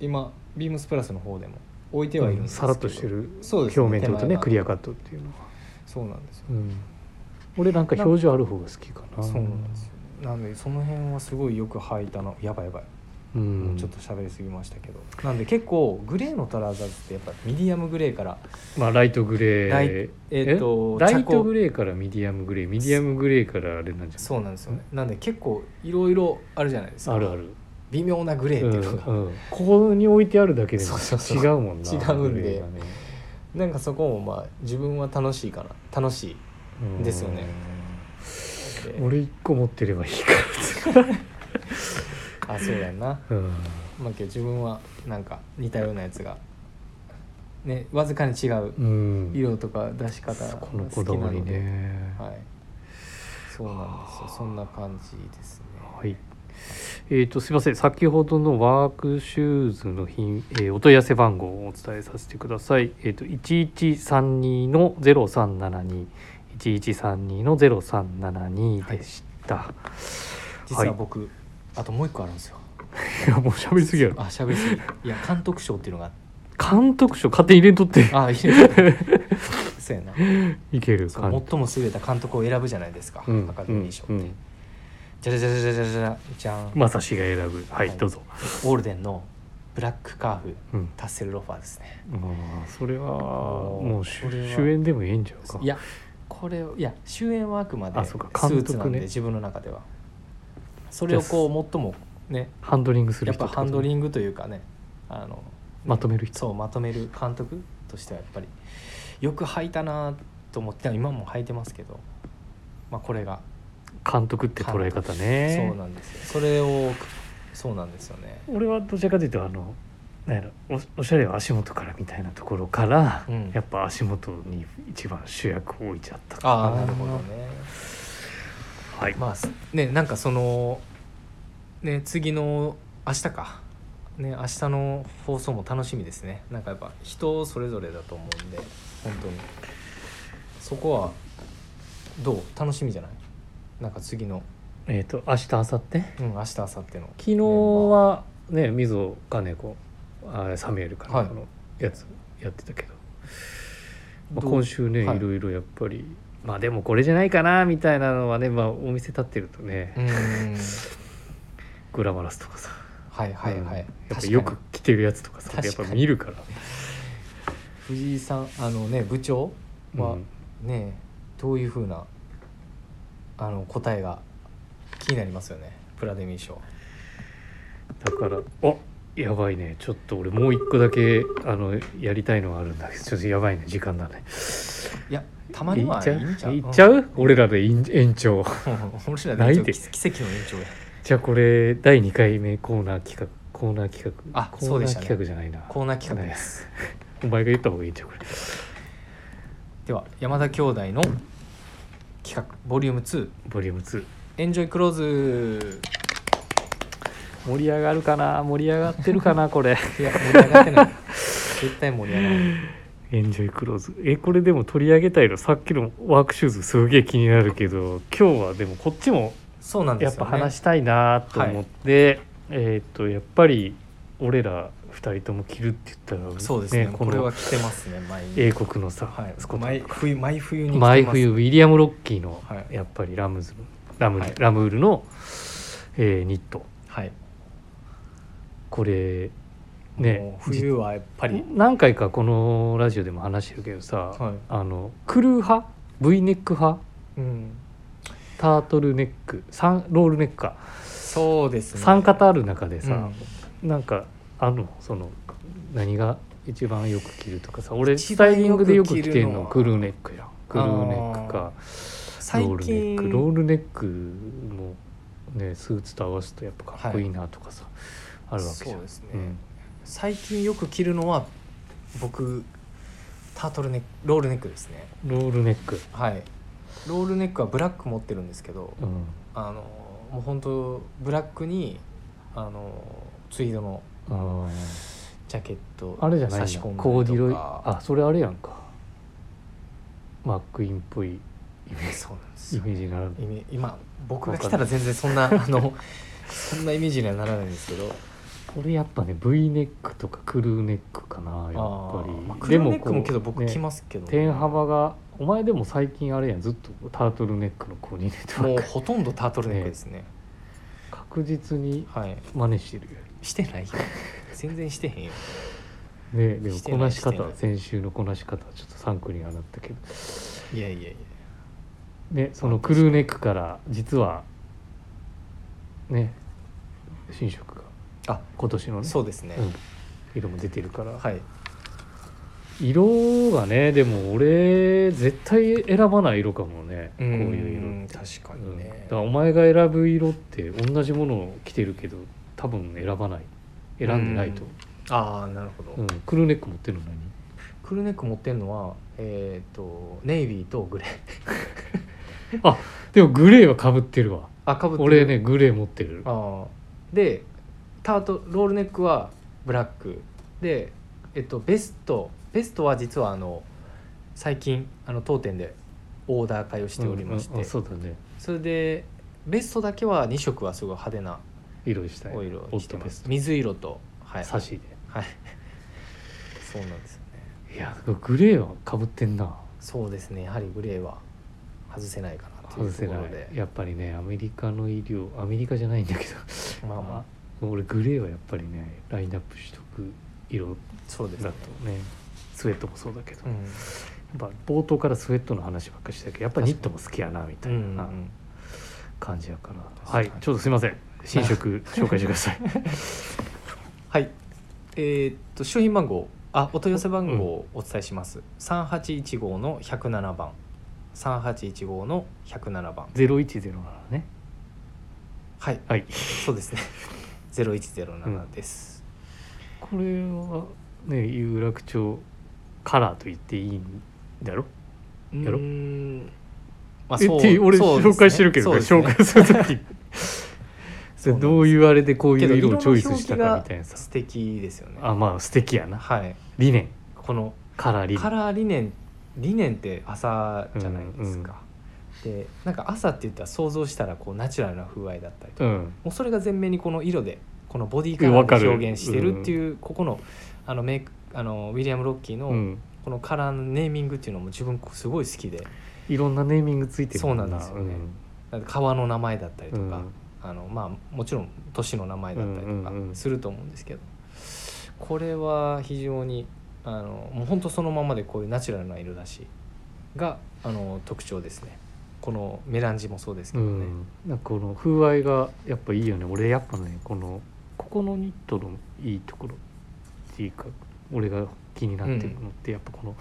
[SPEAKER 2] 今ビームスプラスの方でも置いてはいるんですけ
[SPEAKER 1] さ
[SPEAKER 2] ど、
[SPEAKER 1] らっとしてる
[SPEAKER 2] そうです
[SPEAKER 1] 表
[SPEAKER 2] ね
[SPEAKER 1] 面ってこと
[SPEAKER 2] 手前
[SPEAKER 1] ね
[SPEAKER 2] が
[SPEAKER 1] クリアカットっていうのは、
[SPEAKER 2] そうなんですよ
[SPEAKER 1] うん、俺なんか表情ある方が好きかな
[SPEAKER 2] そうなんですよねなんでその辺はすごいよく履いたなやばいやばい、
[SPEAKER 1] うん
[SPEAKER 2] もうちょっと喋りすぎましたけどなんで結構グレーのトラウザーズってやっぱミディアムグレーから
[SPEAKER 1] まあライトグレー
[SPEAKER 2] ライえっと
[SPEAKER 1] ラ
[SPEAKER 2] 茶
[SPEAKER 1] イト
[SPEAKER 2] 光
[SPEAKER 1] グレーからミディアムグレーミディアムグレーからあれなんじゃない
[SPEAKER 2] そうなんですよねなんで結構いろいろあるじゃないですか
[SPEAKER 1] あるある、
[SPEAKER 2] 微妙なグレーっていうのが、
[SPEAKER 1] うんうんここに置いてあるだけでも
[SPEAKER 2] そうそうそう
[SPEAKER 1] 違うもんな
[SPEAKER 2] 違うんで
[SPEAKER 1] グレーがね
[SPEAKER 2] なんかそこもまあ自分は楽しいかな楽し
[SPEAKER 1] うん
[SPEAKER 2] ですよねいで
[SPEAKER 1] 俺一個持ってればいいか
[SPEAKER 2] あそうやんな
[SPEAKER 1] ら、うん
[SPEAKER 2] まあけど自分はなんか似たようなやつがねわずかに違う
[SPEAKER 1] うん、
[SPEAKER 2] 色とか出し方が
[SPEAKER 1] このこ
[SPEAKER 2] 好き
[SPEAKER 1] だわ
[SPEAKER 2] な
[SPEAKER 1] り
[SPEAKER 2] ので、
[SPEAKER 1] ね
[SPEAKER 2] はいそうなんですよそんな感じですね
[SPEAKER 1] はい。えー、とすいません先ほどのワークシューズの品、えーお問い合わせ番号をお伝えさせてください、えー、と1132の0372 1132の0372でした、
[SPEAKER 2] 実は
[SPEAKER 1] はい
[SPEAKER 2] 僕、あともう一個あるんですよ
[SPEAKER 1] い、やもう喋りすぎやろ
[SPEAKER 2] あ喋りすぎいや監督賞っていうのが
[SPEAKER 1] 監督賞勝手に入れんとって
[SPEAKER 2] ああい やそうやない
[SPEAKER 1] ける
[SPEAKER 2] そ
[SPEAKER 1] 感
[SPEAKER 2] う
[SPEAKER 1] じ
[SPEAKER 2] 最も優れた監督を選ぶじゃないですか、
[SPEAKER 1] うん
[SPEAKER 2] アカデミー賞って、
[SPEAKER 1] うんうん
[SPEAKER 2] じゃじゃじゃじゃじゃじゃじゃじゃん
[SPEAKER 1] まさしが選ぶはい、
[SPEAKER 2] はい
[SPEAKER 1] どうぞ、
[SPEAKER 2] オールデンのブラックカーフ
[SPEAKER 1] うん、
[SPEAKER 2] タッセルロファーですね
[SPEAKER 1] まあそれはもう主
[SPEAKER 2] これは
[SPEAKER 1] 主演でもええんちゃうか
[SPEAKER 2] いやこれをいや終演はあくまで
[SPEAKER 1] あ
[SPEAKER 2] ス
[SPEAKER 1] そうか
[SPEAKER 2] ーツなん
[SPEAKER 1] 監督ね
[SPEAKER 2] で自分の中ではそれをこう最もね
[SPEAKER 1] ハンドリングする
[SPEAKER 2] やっ
[SPEAKER 1] 人
[SPEAKER 2] ぱ
[SPEAKER 1] ってこと
[SPEAKER 2] ハンドリングというかねあの
[SPEAKER 1] まとめる人
[SPEAKER 2] そうまとめる監督としてはやっぱりよく履いたなと思って今も履いてますけど、まあ、これが
[SPEAKER 1] 監督って捉え方ね
[SPEAKER 2] そうなんですよそれをそうなんですよね
[SPEAKER 1] 俺はどちらかというとあのなんやろおおしゃれは足元からみたいなところから、
[SPEAKER 2] うん
[SPEAKER 1] やっぱ足元に一番主役を置いちゃったか
[SPEAKER 2] ああなるほどね
[SPEAKER 1] はい、
[SPEAKER 2] まあすねなんかそのね次の明日かね明日の放送も楽しみですねなんかやっぱ人それぞれだと思うんで本当にそこはどう楽しみじゃないなんか次の
[SPEAKER 1] えっ、と明日明後日
[SPEAKER 2] うん明日明後日の
[SPEAKER 1] 昨日はね水尾金子あサミュエルか
[SPEAKER 2] はい
[SPEAKER 1] らこのやつやってたけど、まあ
[SPEAKER 2] どう
[SPEAKER 1] 今週ね、
[SPEAKER 2] はい
[SPEAKER 1] い、ろいろやっぱりまあでもこれじゃないかなみたいなのはね、まあ、お店立ってるとね、
[SPEAKER 2] うーん
[SPEAKER 1] グラマラスとかさ、
[SPEAKER 2] はいはい
[SPEAKER 1] うん
[SPEAKER 2] はい、
[SPEAKER 1] やっぱ
[SPEAKER 2] 確かに
[SPEAKER 1] よく着てるやつとかさや
[SPEAKER 2] 確かに
[SPEAKER 1] っぱ見るから、
[SPEAKER 2] 藤井さんあのね部長は、
[SPEAKER 1] うん
[SPEAKER 2] ねえどういうふうなあの答えが気になりますよねプラデミー賞
[SPEAKER 1] だからあやばいねちょっと俺もう一個だけあのやりたいのがあるんだけどちょっとやばいね時間だね
[SPEAKER 2] いやたま
[SPEAKER 1] い
[SPEAKER 2] に
[SPEAKER 1] っ
[SPEAKER 2] は
[SPEAKER 1] ちゃ
[SPEAKER 2] いいんちゃ
[SPEAKER 1] う
[SPEAKER 2] う
[SPEAKER 1] いっちゃう、
[SPEAKER 2] ん
[SPEAKER 1] 俺らでいん延長
[SPEAKER 2] 俺ら
[SPEAKER 1] な
[SPEAKER 2] で
[SPEAKER 1] い
[SPEAKER 2] 一応
[SPEAKER 1] で
[SPEAKER 2] 奇奇跡の延長や
[SPEAKER 1] じゃあこれ第2回目コーナー企画コーナー企画
[SPEAKER 2] あ
[SPEAKER 1] コ
[SPEAKER 2] そ
[SPEAKER 1] ーナ
[SPEAKER 2] うで
[SPEAKER 1] ー
[SPEAKER 2] したね
[SPEAKER 1] 企画じゃないな
[SPEAKER 2] コーナー企画です
[SPEAKER 1] お前が言った方がいいんちゃうこれ
[SPEAKER 2] では山田兄弟の企画ボリューム2
[SPEAKER 1] ボリューム2
[SPEAKER 2] エンジョイクローズ
[SPEAKER 1] 盛り上がるかな盛り上がってるかなこれ
[SPEAKER 2] いや盛り上 がってない絶対盛り上がらない
[SPEAKER 1] エンジョイクローズえこれでも取り上げたいのさっきのワークシューズすげえ気になるけど今日はでもこっちも
[SPEAKER 2] そうなんで
[SPEAKER 1] やっ
[SPEAKER 2] すよ
[SPEAKER 1] ぱ
[SPEAKER 2] ね
[SPEAKER 1] 話したいなと思って、えーっとやっぱり俺ら2人とも着るって言ったら、
[SPEAKER 2] そうですね
[SPEAKER 1] こ
[SPEAKER 2] これは
[SPEAKER 1] の
[SPEAKER 2] 来てますね毎
[SPEAKER 1] 英国のさ、
[SPEAKER 2] はい
[SPEAKER 1] スコットラン
[SPEAKER 2] 毎
[SPEAKER 1] ド
[SPEAKER 2] 冬毎冬に来てます
[SPEAKER 1] 毎冬ウィリアム・ロッキーの、
[SPEAKER 2] はい
[SPEAKER 1] やっぱりラムズのラム,、
[SPEAKER 2] はい
[SPEAKER 1] ラムールの、えーニット
[SPEAKER 2] はい
[SPEAKER 1] これね
[SPEAKER 2] もう冬はやっぱり
[SPEAKER 1] 何回かこのラジオでも話してるけどさ、
[SPEAKER 2] はい
[SPEAKER 1] あのクルー派 V ネック派
[SPEAKER 2] うん
[SPEAKER 1] タートルネックサンロールネックか
[SPEAKER 2] そうですね
[SPEAKER 1] 3型ある中でさ、
[SPEAKER 2] うん
[SPEAKER 1] なんかあのその何が一番よく着るとかさ俺
[SPEAKER 2] 一
[SPEAKER 1] スタ
[SPEAKER 2] 番
[SPEAKER 1] イリングでよく着て
[SPEAKER 2] よく着る
[SPEAKER 1] ん
[SPEAKER 2] の
[SPEAKER 1] の
[SPEAKER 2] は
[SPEAKER 1] クルーネックやんクルーネックかロ
[SPEAKER 2] 最
[SPEAKER 1] ールネッ
[SPEAKER 2] 近
[SPEAKER 1] クロールネックもねスーツと合わせてやっぱかっこいいなとかさ、あるわけじゃん
[SPEAKER 2] そうですね
[SPEAKER 1] ん
[SPEAKER 2] 最近よく着るのは僕タートルネックロールネックですね
[SPEAKER 1] ロールネック、
[SPEAKER 2] はいロールネックはブラック持ってるんですけど
[SPEAKER 1] うん
[SPEAKER 2] あのもう本当ブラックにあのツイードの
[SPEAKER 1] あー
[SPEAKER 2] ジャケット
[SPEAKER 1] あれじゃない
[SPEAKER 2] 差し
[SPEAKER 1] の
[SPEAKER 2] 込んだりとか
[SPEAKER 1] コーディロイあそれあれやんかマックインっぽいイ
[SPEAKER 2] そうなんです
[SPEAKER 1] メ
[SPEAKER 2] よ
[SPEAKER 1] ージになる
[SPEAKER 2] イメ今僕が来たら全然そんなあのそんなイメージにはならないんですけど
[SPEAKER 1] これやっぱね V ネックとかクルーネックかなやっぱり、
[SPEAKER 2] あーまあ、クルーネックもけど僕着
[SPEAKER 1] ね
[SPEAKER 2] ますけど、
[SPEAKER 1] 点幅がお前でも最近あれやんずっとタートルネックのコーディネートば
[SPEAKER 2] も
[SPEAKER 1] っ
[SPEAKER 2] う
[SPEAKER 1] かり
[SPEAKER 2] ほとんどタートルネックですね
[SPEAKER 1] 確実に
[SPEAKER 2] はい
[SPEAKER 1] 真似してるよ
[SPEAKER 2] してないよ全然してへんよ
[SPEAKER 1] ねでも
[SPEAKER 2] して
[SPEAKER 1] こ
[SPEAKER 2] ない
[SPEAKER 1] なし
[SPEAKER 2] して
[SPEAKER 1] 方
[SPEAKER 2] ない
[SPEAKER 1] 先週のこなし方はちょっと参考にはなったけど
[SPEAKER 2] いやいやいや
[SPEAKER 1] ねそのクルーネックから実はね新色が
[SPEAKER 2] あ
[SPEAKER 1] 今年のね
[SPEAKER 2] そうですね、
[SPEAKER 1] うん色も出てるから、
[SPEAKER 2] はい
[SPEAKER 1] 色がねでも俺絶対選ばない色かもねこ
[SPEAKER 2] こ
[SPEAKER 1] う
[SPEAKER 2] う
[SPEAKER 1] いう色
[SPEAKER 2] いう色確かに
[SPEAKER 1] うん
[SPEAKER 2] ね
[SPEAKER 1] だ、からお前が選ぶ色って同じものを着てるけど多分選ばない選んでないと、
[SPEAKER 2] ああなるほど、
[SPEAKER 1] うんクルーネック持ってるの何
[SPEAKER 2] クルーネック持ってるのはえっ、とネイビーとグレー
[SPEAKER 1] でもグレーはかぶってるわ
[SPEAKER 2] あかぶってる
[SPEAKER 1] 俺ねグレー持ってる
[SPEAKER 2] あーでタートロールネックはブラックで、えっと、ベストベストは実はあの最近あの当店でオーダー会をしておりまして、
[SPEAKER 1] うんあそうだね
[SPEAKER 2] それでベストだけは2色はすごい派手な
[SPEAKER 1] 色したい
[SPEAKER 2] お色
[SPEAKER 1] オ
[SPEAKER 2] を
[SPEAKER 1] ッ
[SPEAKER 2] して
[SPEAKER 1] ト
[SPEAKER 2] ま
[SPEAKER 1] ベ
[SPEAKER 2] す
[SPEAKER 1] スト
[SPEAKER 2] 水色とはい、
[SPEAKER 1] 差し
[SPEAKER 2] はい、そうなんですよね
[SPEAKER 1] でいやグレーはかぶってんな
[SPEAKER 2] そうですねやはりグレーは外せないかなとい
[SPEAKER 1] 外
[SPEAKER 2] うと
[SPEAKER 1] せ
[SPEAKER 2] こ
[SPEAKER 1] な
[SPEAKER 2] ろ
[SPEAKER 1] い
[SPEAKER 2] で
[SPEAKER 1] やっぱりねアメリカの医療アメリカじゃないんだけど
[SPEAKER 2] まあま
[SPEAKER 1] 俺グレーはやっぱりねラインナップしとく色
[SPEAKER 2] あそうです
[SPEAKER 1] だ
[SPEAKER 2] ね、
[SPEAKER 1] とねスウェットもそうだけど、
[SPEAKER 2] う
[SPEAKER 1] やっ
[SPEAKER 2] ん
[SPEAKER 1] ぱ冒頭からスウェットの話ばっかりしたけどやっぱニットも好きやなみた
[SPEAKER 2] う
[SPEAKER 1] い
[SPEAKER 2] んう
[SPEAKER 1] なん感じやから、は
[SPEAKER 2] 確かに
[SPEAKER 1] いちょっとすいません新色紹介してくだ さい
[SPEAKER 2] はい。えーっと商品番号あお問い合わせ番号をお伝えします。三八一五の百七番、三八一五の百七番。
[SPEAKER 1] 0107ね
[SPEAKER 2] はい、
[SPEAKER 1] はい
[SPEAKER 2] そうですね。 ゼロ一ゼロ七です。
[SPEAKER 1] これはね有楽町カラーと言っていいんだろんやろ
[SPEAKER 2] うーん。ま
[SPEAKER 1] えって俺
[SPEAKER 2] そうですね
[SPEAKER 1] 紹介してるけど、
[SPEAKER 2] そう
[SPEAKER 1] ね
[SPEAKER 2] ですね
[SPEAKER 1] 紹介する時
[SPEAKER 2] そうなんです
[SPEAKER 1] どういうあれでこう
[SPEAKER 2] け
[SPEAKER 1] い
[SPEAKER 2] ど
[SPEAKER 1] う色を
[SPEAKER 2] の
[SPEAKER 1] チョイスしたかみ
[SPEAKER 2] 表記
[SPEAKER 1] たい
[SPEAKER 2] が
[SPEAKER 1] なさ
[SPEAKER 2] 素敵ですよね。
[SPEAKER 1] あまあ素敵やな
[SPEAKER 2] はい。
[SPEAKER 1] 理念
[SPEAKER 2] この
[SPEAKER 1] カラー理
[SPEAKER 2] カ
[SPEAKER 1] 念
[SPEAKER 2] ラー理念理念って朝じゃないですか。でなんか朝って言ったら想像したらこうナチュラルな風合いだったりとか
[SPEAKER 1] うん
[SPEAKER 2] もうそれが全面にこの色でこのボディカ
[SPEAKER 1] え
[SPEAKER 2] ラ
[SPEAKER 1] わか
[SPEAKER 2] ーで
[SPEAKER 1] る
[SPEAKER 2] 表現してるっていうここのあのメイクあのウィリアム・ロッキー
[SPEAKER 1] う
[SPEAKER 2] の
[SPEAKER 1] ん
[SPEAKER 2] このカラーのネーミングっていうのも自分すごい好きで
[SPEAKER 1] いろんなネーミングついてるも
[SPEAKER 2] そうなんですよね
[SPEAKER 1] うん
[SPEAKER 2] なんか川の名前だったりと
[SPEAKER 1] う
[SPEAKER 2] か
[SPEAKER 1] ん
[SPEAKER 2] あのまあもちろん都市の名前だったり
[SPEAKER 1] う
[SPEAKER 2] と
[SPEAKER 1] ん
[SPEAKER 2] か
[SPEAKER 1] うんうん
[SPEAKER 2] すると思うんですけどこれは非常にあのもうほんとそのままでこういうナチュラルな色だしがあの特徴ですねこのメランジもそうですけ
[SPEAKER 1] う
[SPEAKER 2] ど
[SPEAKER 1] ん
[SPEAKER 2] ね、
[SPEAKER 1] なんかこの風合いがやっぱいいよね俺やっぱねこのここのニットのいいところっていうか俺が気になってるのってやっぱこの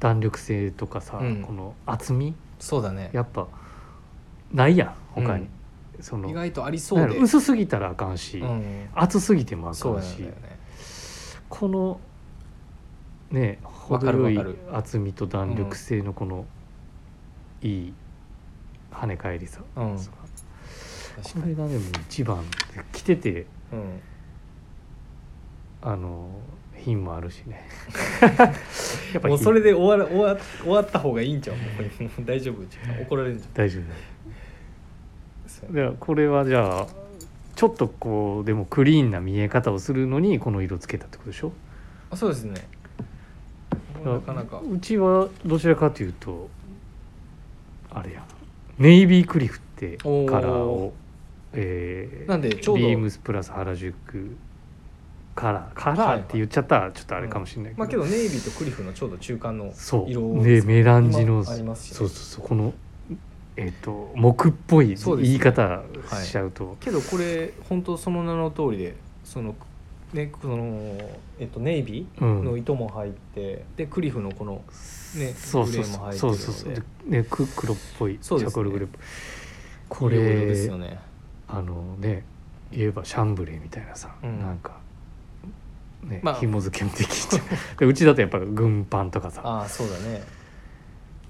[SPEAKER 1] 弾力性とかさ、
[SPEAKER 2] うん
[SPEAKER 1] この厚み
[SPEAKER 2] そうだね
[SPEAKER 1] やっぱないやん他に、その
[SPEAKER 2] 意外とありそ
[SPEAKER 1] な
[SPEAKER 2] うん
[SPEAKER 1] や
[SPEAKER 2] で
[SPEAKER 1] ろ薄すぎたらあかんし、
[SPEAKER 2] うん、
[SPEAKER 1] 厚すぎてもあか
[SPEAKER 2] そうんなん
[SPEAKER 1] し、
[SPEAKER 2] だよね
[SPEAKER 1] このね
[SPEAKER 2] わかる
[SPEAKER 1] 程よい
[SPEAKER 2] わかる
[SPEAKER 1] 厚みと弾力性のこのいい跳ね返りさ、
[SPEAKER 2] うん
[SPEAKER 1] そ
[SPEAKER 2] 確
[SPEAKER 1] これがねもう一番着てて
[SPEAKER 2] うん、
[SPEAKER 1] あの品もあるし ねやっ
[SPEAKER 2] もうそれ
[SPEAKER 1] で
[SPEAKER 2] で終わる終わ終わった方がいいんちゃうもうもう大丈夫ちょっと怒られるんじゃ
[SPEAKER 1] 大丈夫
[SPEAKER 2] う
[SPEAKER 1] だからこれはじゃあちょっとこうでもクリーンな見え方をするのにこの色つけたってことでしょ
[SPEAKER 2] あそうですねなかなか
[SPEAKER 1] うちはどちらかというとあれやネイビークリフってカ
[SPEAKER 2] おー
[SPEAKER 1] ラーをえー
[SPEAKER 2] なんでちょうど
[SPEAKER 1] ビームスプラス原宿カラーカラーって言っちゃったらちょっとあれかもしれないけど,、
[SPEAKER 2] まあけどネイビーとクリフのちょうど中間の
[SPEAKER 1] そう
[SPEAKER 2] 色
[SPEAKER 1] ねメランジの、
[SPEAKER 2] 今あり
[SPEAKER 1] そう
[SPEAKER 2] ますしね
[SPEAKER 1] そうそうこのえっ、と木っぽい
[SPEAKER 2] そうです
[SPEAKER 1] 言
[SPEAKER 2] ね
[SPEAKER 1] い方しちゃうと
[SPEAKER 2] けどこれ本当その名の通りでそのねそのえっとネイビー
[SPEAKER 1] うん
[SPEAKER 2] の糸も入って、でクリフのこのね
[SPEAKER 1] そうそう
[SPEAKER 2] グレーも
[SPEAKER 1] そう
[SPEAKER 2] 入ってる
[SPEAKER 1] そう
[SPEAKER 2] ので
[SPEAKER 1] そうそうねく黒っぽいチ
[SPEAKER 2] そうですね
[SPEAKER 1] ャコールグレープこ
[SPEAKER 2] 色
[SPEAKER 1] れ
[SPEAKER 2] 々ですよね
[SPEAKER 1] あのね言えばシャンブレーみたいなさ、
[SPEAKER 2] うん
[SPEAKER 1] なんか、ね
[SPEAKER 2] まあ
[SPEAKER 1] 紐付けもできちゃ うでうちだとやっぱ軍パンとかさ
[SPEAKER 2] ああそうだね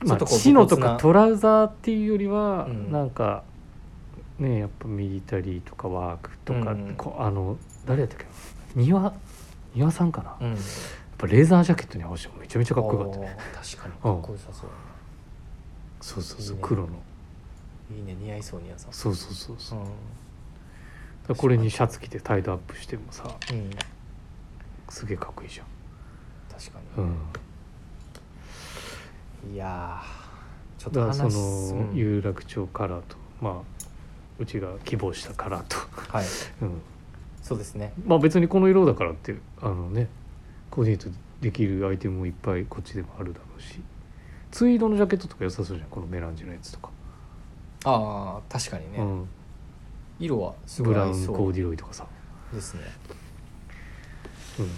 [SPEAKER 1] ま
[SPEAKER 2] ちょ
[SPEAKER 1] あ、
[SPEAKER 2] っとこう
[SPEAKER 1] チノと
[SPEAKER 2] 武骨
[SPEAKER 1] か
[SPEAKER 2] な
[SPEAKER 1] トラウザーっていうよりは、
[SPEAKER 2] うん
[SPEAKER 1] なんかねやっぱミリタリーとかワークとか、
[SPEAKER 2] うん
[SPEAKER 1] こあの誰やったっけ庭岩さんかなやっ
[SPEAKER 2] うん、
[SPEAKER 1] ぱレーザージャケットに合わせてもめちゃめちゃかっこよかったね
[SPEAKER 2] あー確かにかっこよさそうや
[SPEAKER 1] そうそうそう
[SPEAKER 2] いいね
[SPEAKER 1] 黒の
[SPEAKER 2] ないいね似合いそうにやさん
[SPEAKER 1] そうそうそうそう
[SPEAKER 2] う、ん
[SPEAKER 1] だからこれにシャツ着てタイドアップしてもさ
[SPEAKER 2] うん、
[SPEAKER 1] すげえかっこいいじゃん
[SPEAKER 2] 確か
[SPEAKER 1] うん、
[SPEAKER 2] に、いやーちょっと
[SPEAKER 1] だ
[SPEAKER 2] 話
[SPEAKER 1] からそ
[SPEAKER 2] す
[SPEAKER 1] の
[SPEAKER 2] うん
[SPEAKER 1] 有楽町カラーとまあうちが希望したカラーと、
[SPEAKER 2] はい
[SPEAKER 1] うん、
[SPEAKER 2] そうですね
[SPEAKER 1] まあ別にこの色だからってあのねコーディネートできるアイテムもいっぱいこっちでもあるだろうしツイードのジャケットとか良さそうじゃんこのメランジのやつとか、
[SPEAKER 2] ああ確かにね、
[SPEAKER 1] うん、
[SPEAKER 2] 色はすご
[SPEAKER 1] ブ
[SPEAKER 2] い
[SPEAKER 1] ラウ
[SPEAKER 2] 合い
[SPEAKER 1] ン
[SPEAKER 2] そ
[SPEAKER 1] コー
[SPEAKER 2] う
[SPEAKER 1] ディロイとかさ、
[SPEAKER 2] ですね
[SPEAKER 1] うん、っ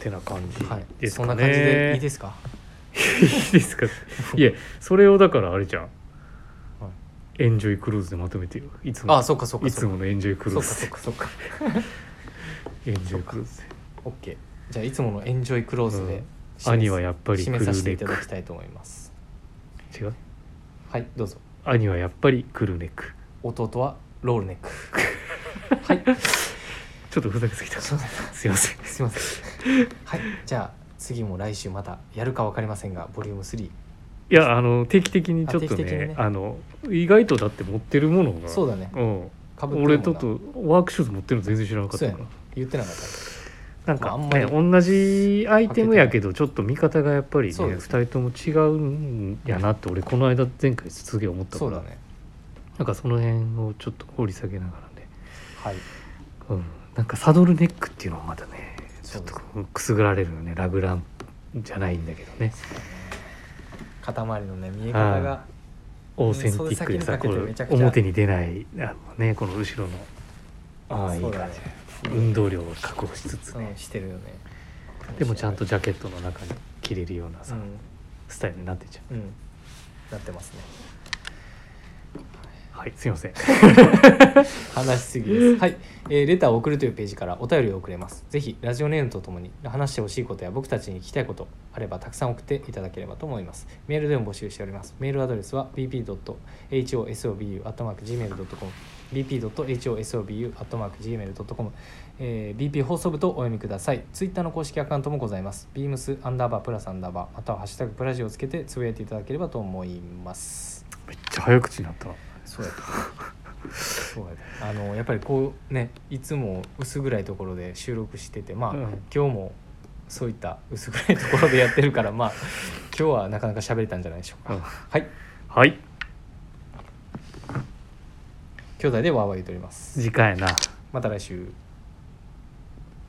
[SPEAKER 1] てな感じ
[SPEAKER 2] はい
[SPEAKER 1] です
[SPEAKER 2] そ
[SPEAKER 1] か
[SPEAKER 2] ん
[SPEAKER 1] ね、
[SPEAKER 2] な感じでいいですか
[SPEAKER 1] いいで すかいやそれをだからあれじゃん、
[SPEAKER 2] は
[SPEAKER 1] エンジョイクルーズでまとめてよいつも
[SPEAKER 2] ああそうかそうか
[SPEAKER 1] いつ
[SPEAKER 2] そう
[SPEAKER 1] ものエンジョイクルー
[SPEAKER 2] かそ
[SPEAKER 1] ズ
[SPEAKER 2] うかそうか
[SPEAKER 1] でエンジョイクルーズで
[SPEAKER 2] オッケーじゃあいつものエンジョイクローズで締め
[SPEAKER 1] 兄はやっぱりク
[SPEAKER 2] 締
[SPEAKER 1] ル
[SPEAKER 2] め
[SPEAKER 1] ー
[SPEAKER 2] させて
[SPEAKER 1] ネ
[SPEAKER 2] いただ
[SPEAKER 1] ッ
[SPEAKER 2] きたいと思います
[SPEAKER 1] ク違う
[SPEAKER 2] はいどうぞ
[SPEAKER 1] 兄はやっぱりクルーネック
[SPEAKER 2] 弟はロールネック
[SPEAKER 1] ちょっとふざけすぎたす
[SPEAKER 2] そうだね
[SPEAKER 1] いません
[SPEAKER 2] すいませんはいじゃあ次も来週またやるか分かりませんがボリューム3
[SPEAKER 1] いやあの定期的にちょっと
[SPEAKER 2] あ定期的に
[SPEAKER 1] ね
[SPEAKER 2] ね
[SPEAKER 1] あの意外とだって持ってるものが
[SPEAKER 2] そうだね
[SPEAKER 1] うん、
[SPEAKER 2] かぶって
[SPEAKER 1] 俺
[SPEAKER 2] るもんな
[SPEAKER 1] ちょっとワークシューズ持ってるの全然知らなかっ
[SPEAKER 2] そう
[SPEAKER 1] た
[SPEAKER 2] や
[SPEAKER 1] か
[SPEAKER 2] ね
[SPEAKER 1] ら
[SPEAKER 2] 言ってなかったね
[SPEAKER 1] なんか、
[SPEAKER 2] まあ
[SPEAKER 1] ね
[SPEAKER 2] あんま
[SPEAKER 1] 同じアイテムやけどちょっと見方がやっぱりね
[SPEAKER 2] そう
[SPEAKER 1] 2
[SPEAKER 2] です
[SPEAKER 1] 人とも違うんやなって俺この間前回すげえ思ったか
[SPEAKER 2] そう
[SPEAKER 1] ら、
[SPEAKER 2] だね
[SPEAKER 1] なんかその辺をちょっと掘り下げながらね、
[SPEAKER 2] はい
[SPEAKER 1] うん、なんかサドルネックっていうのもまたねち
[SPEAKER 2] そ
[SPEAKER 1] ょ
[SPEAKER 2] う
[SPEAKER 1] っ
[SPEAKER 2] です
[SPEAKER 1] と
[SPEAKER 2] ね
[SPEAKER 1] くすぐられるよねラグランじゃないんだけどね
[SPEAKER 2] 肩周りのね見え方が
[SPEAKER 1] オーセンティックでさ
[SPEAKER 2] 袖先にかけ
[SPEAKER 1] こ
[SPEAKER 2] て
[SPEAKER 1] れ
[SPEAKER 2] めちゃくちゃ
[SPEAKER 1] 表に出ないあのねこの後ろのああい
[SPEAKER 2] そ
[SPEAKER 1] いう
[SPEAKER 2] だ
[SPEAKER 1] 感
[SPEAKER 2] ね
[SPEAKER 1] じ、運動量を確保しつつ
[SPEAKER 2] うん
[SPEAKER 1] ね、
[SPEAKER 2] してるよね
[SPEAKER 1] でもちゃんとジャケットの中に着れるような
[SPEAKER 2] う
[SPEAKER 1] さ、
[SPEAKER 2] ん
[SPEAKER 1] スタイルになってんじゃん
[SPEAKER 2] うんなってますね
[SPEAKER 1] はいすいません
[SPEAKER 2] 話しすぎです。はい、えーレターを送るというページからお便りを送れます。ぜひラジオネームとともに話してほしいことや僕たちに聞きたいことあればたくさん送っていただければと思います。メールでも募集しております。メールアドレスは bp.hosobu.gmail.com bp.hosobu.gmail.com、えー bp 放送部とお読みください。ツイッターの公式アカウントもございます。beams アンダーバープラスアンダーバーまたはハッシュタグプラジをつけてつぶやいていただければと思います。
[SPEAKER 1] めっちゃ早口になったな
[SPEAKER 2] そうやった。そうやった。あのやっぱりこうねいつも薄暗いところで収録しててまあ、
[SPEAKER 1] うん
[SPEAKER 2] 今日もそういった薄暗いところでやってるから まあ今日はなかなか喋れたんじゃないでしょうか。
[SPEAKER 1] うん
[SPEAKER 2] はい、
[SPEAKER 1] はい
[SPEAKER 2] 兄弟でわーわー言っております。
[SPEAKER 1] 次回やな
[SPEAKER 2] また来週。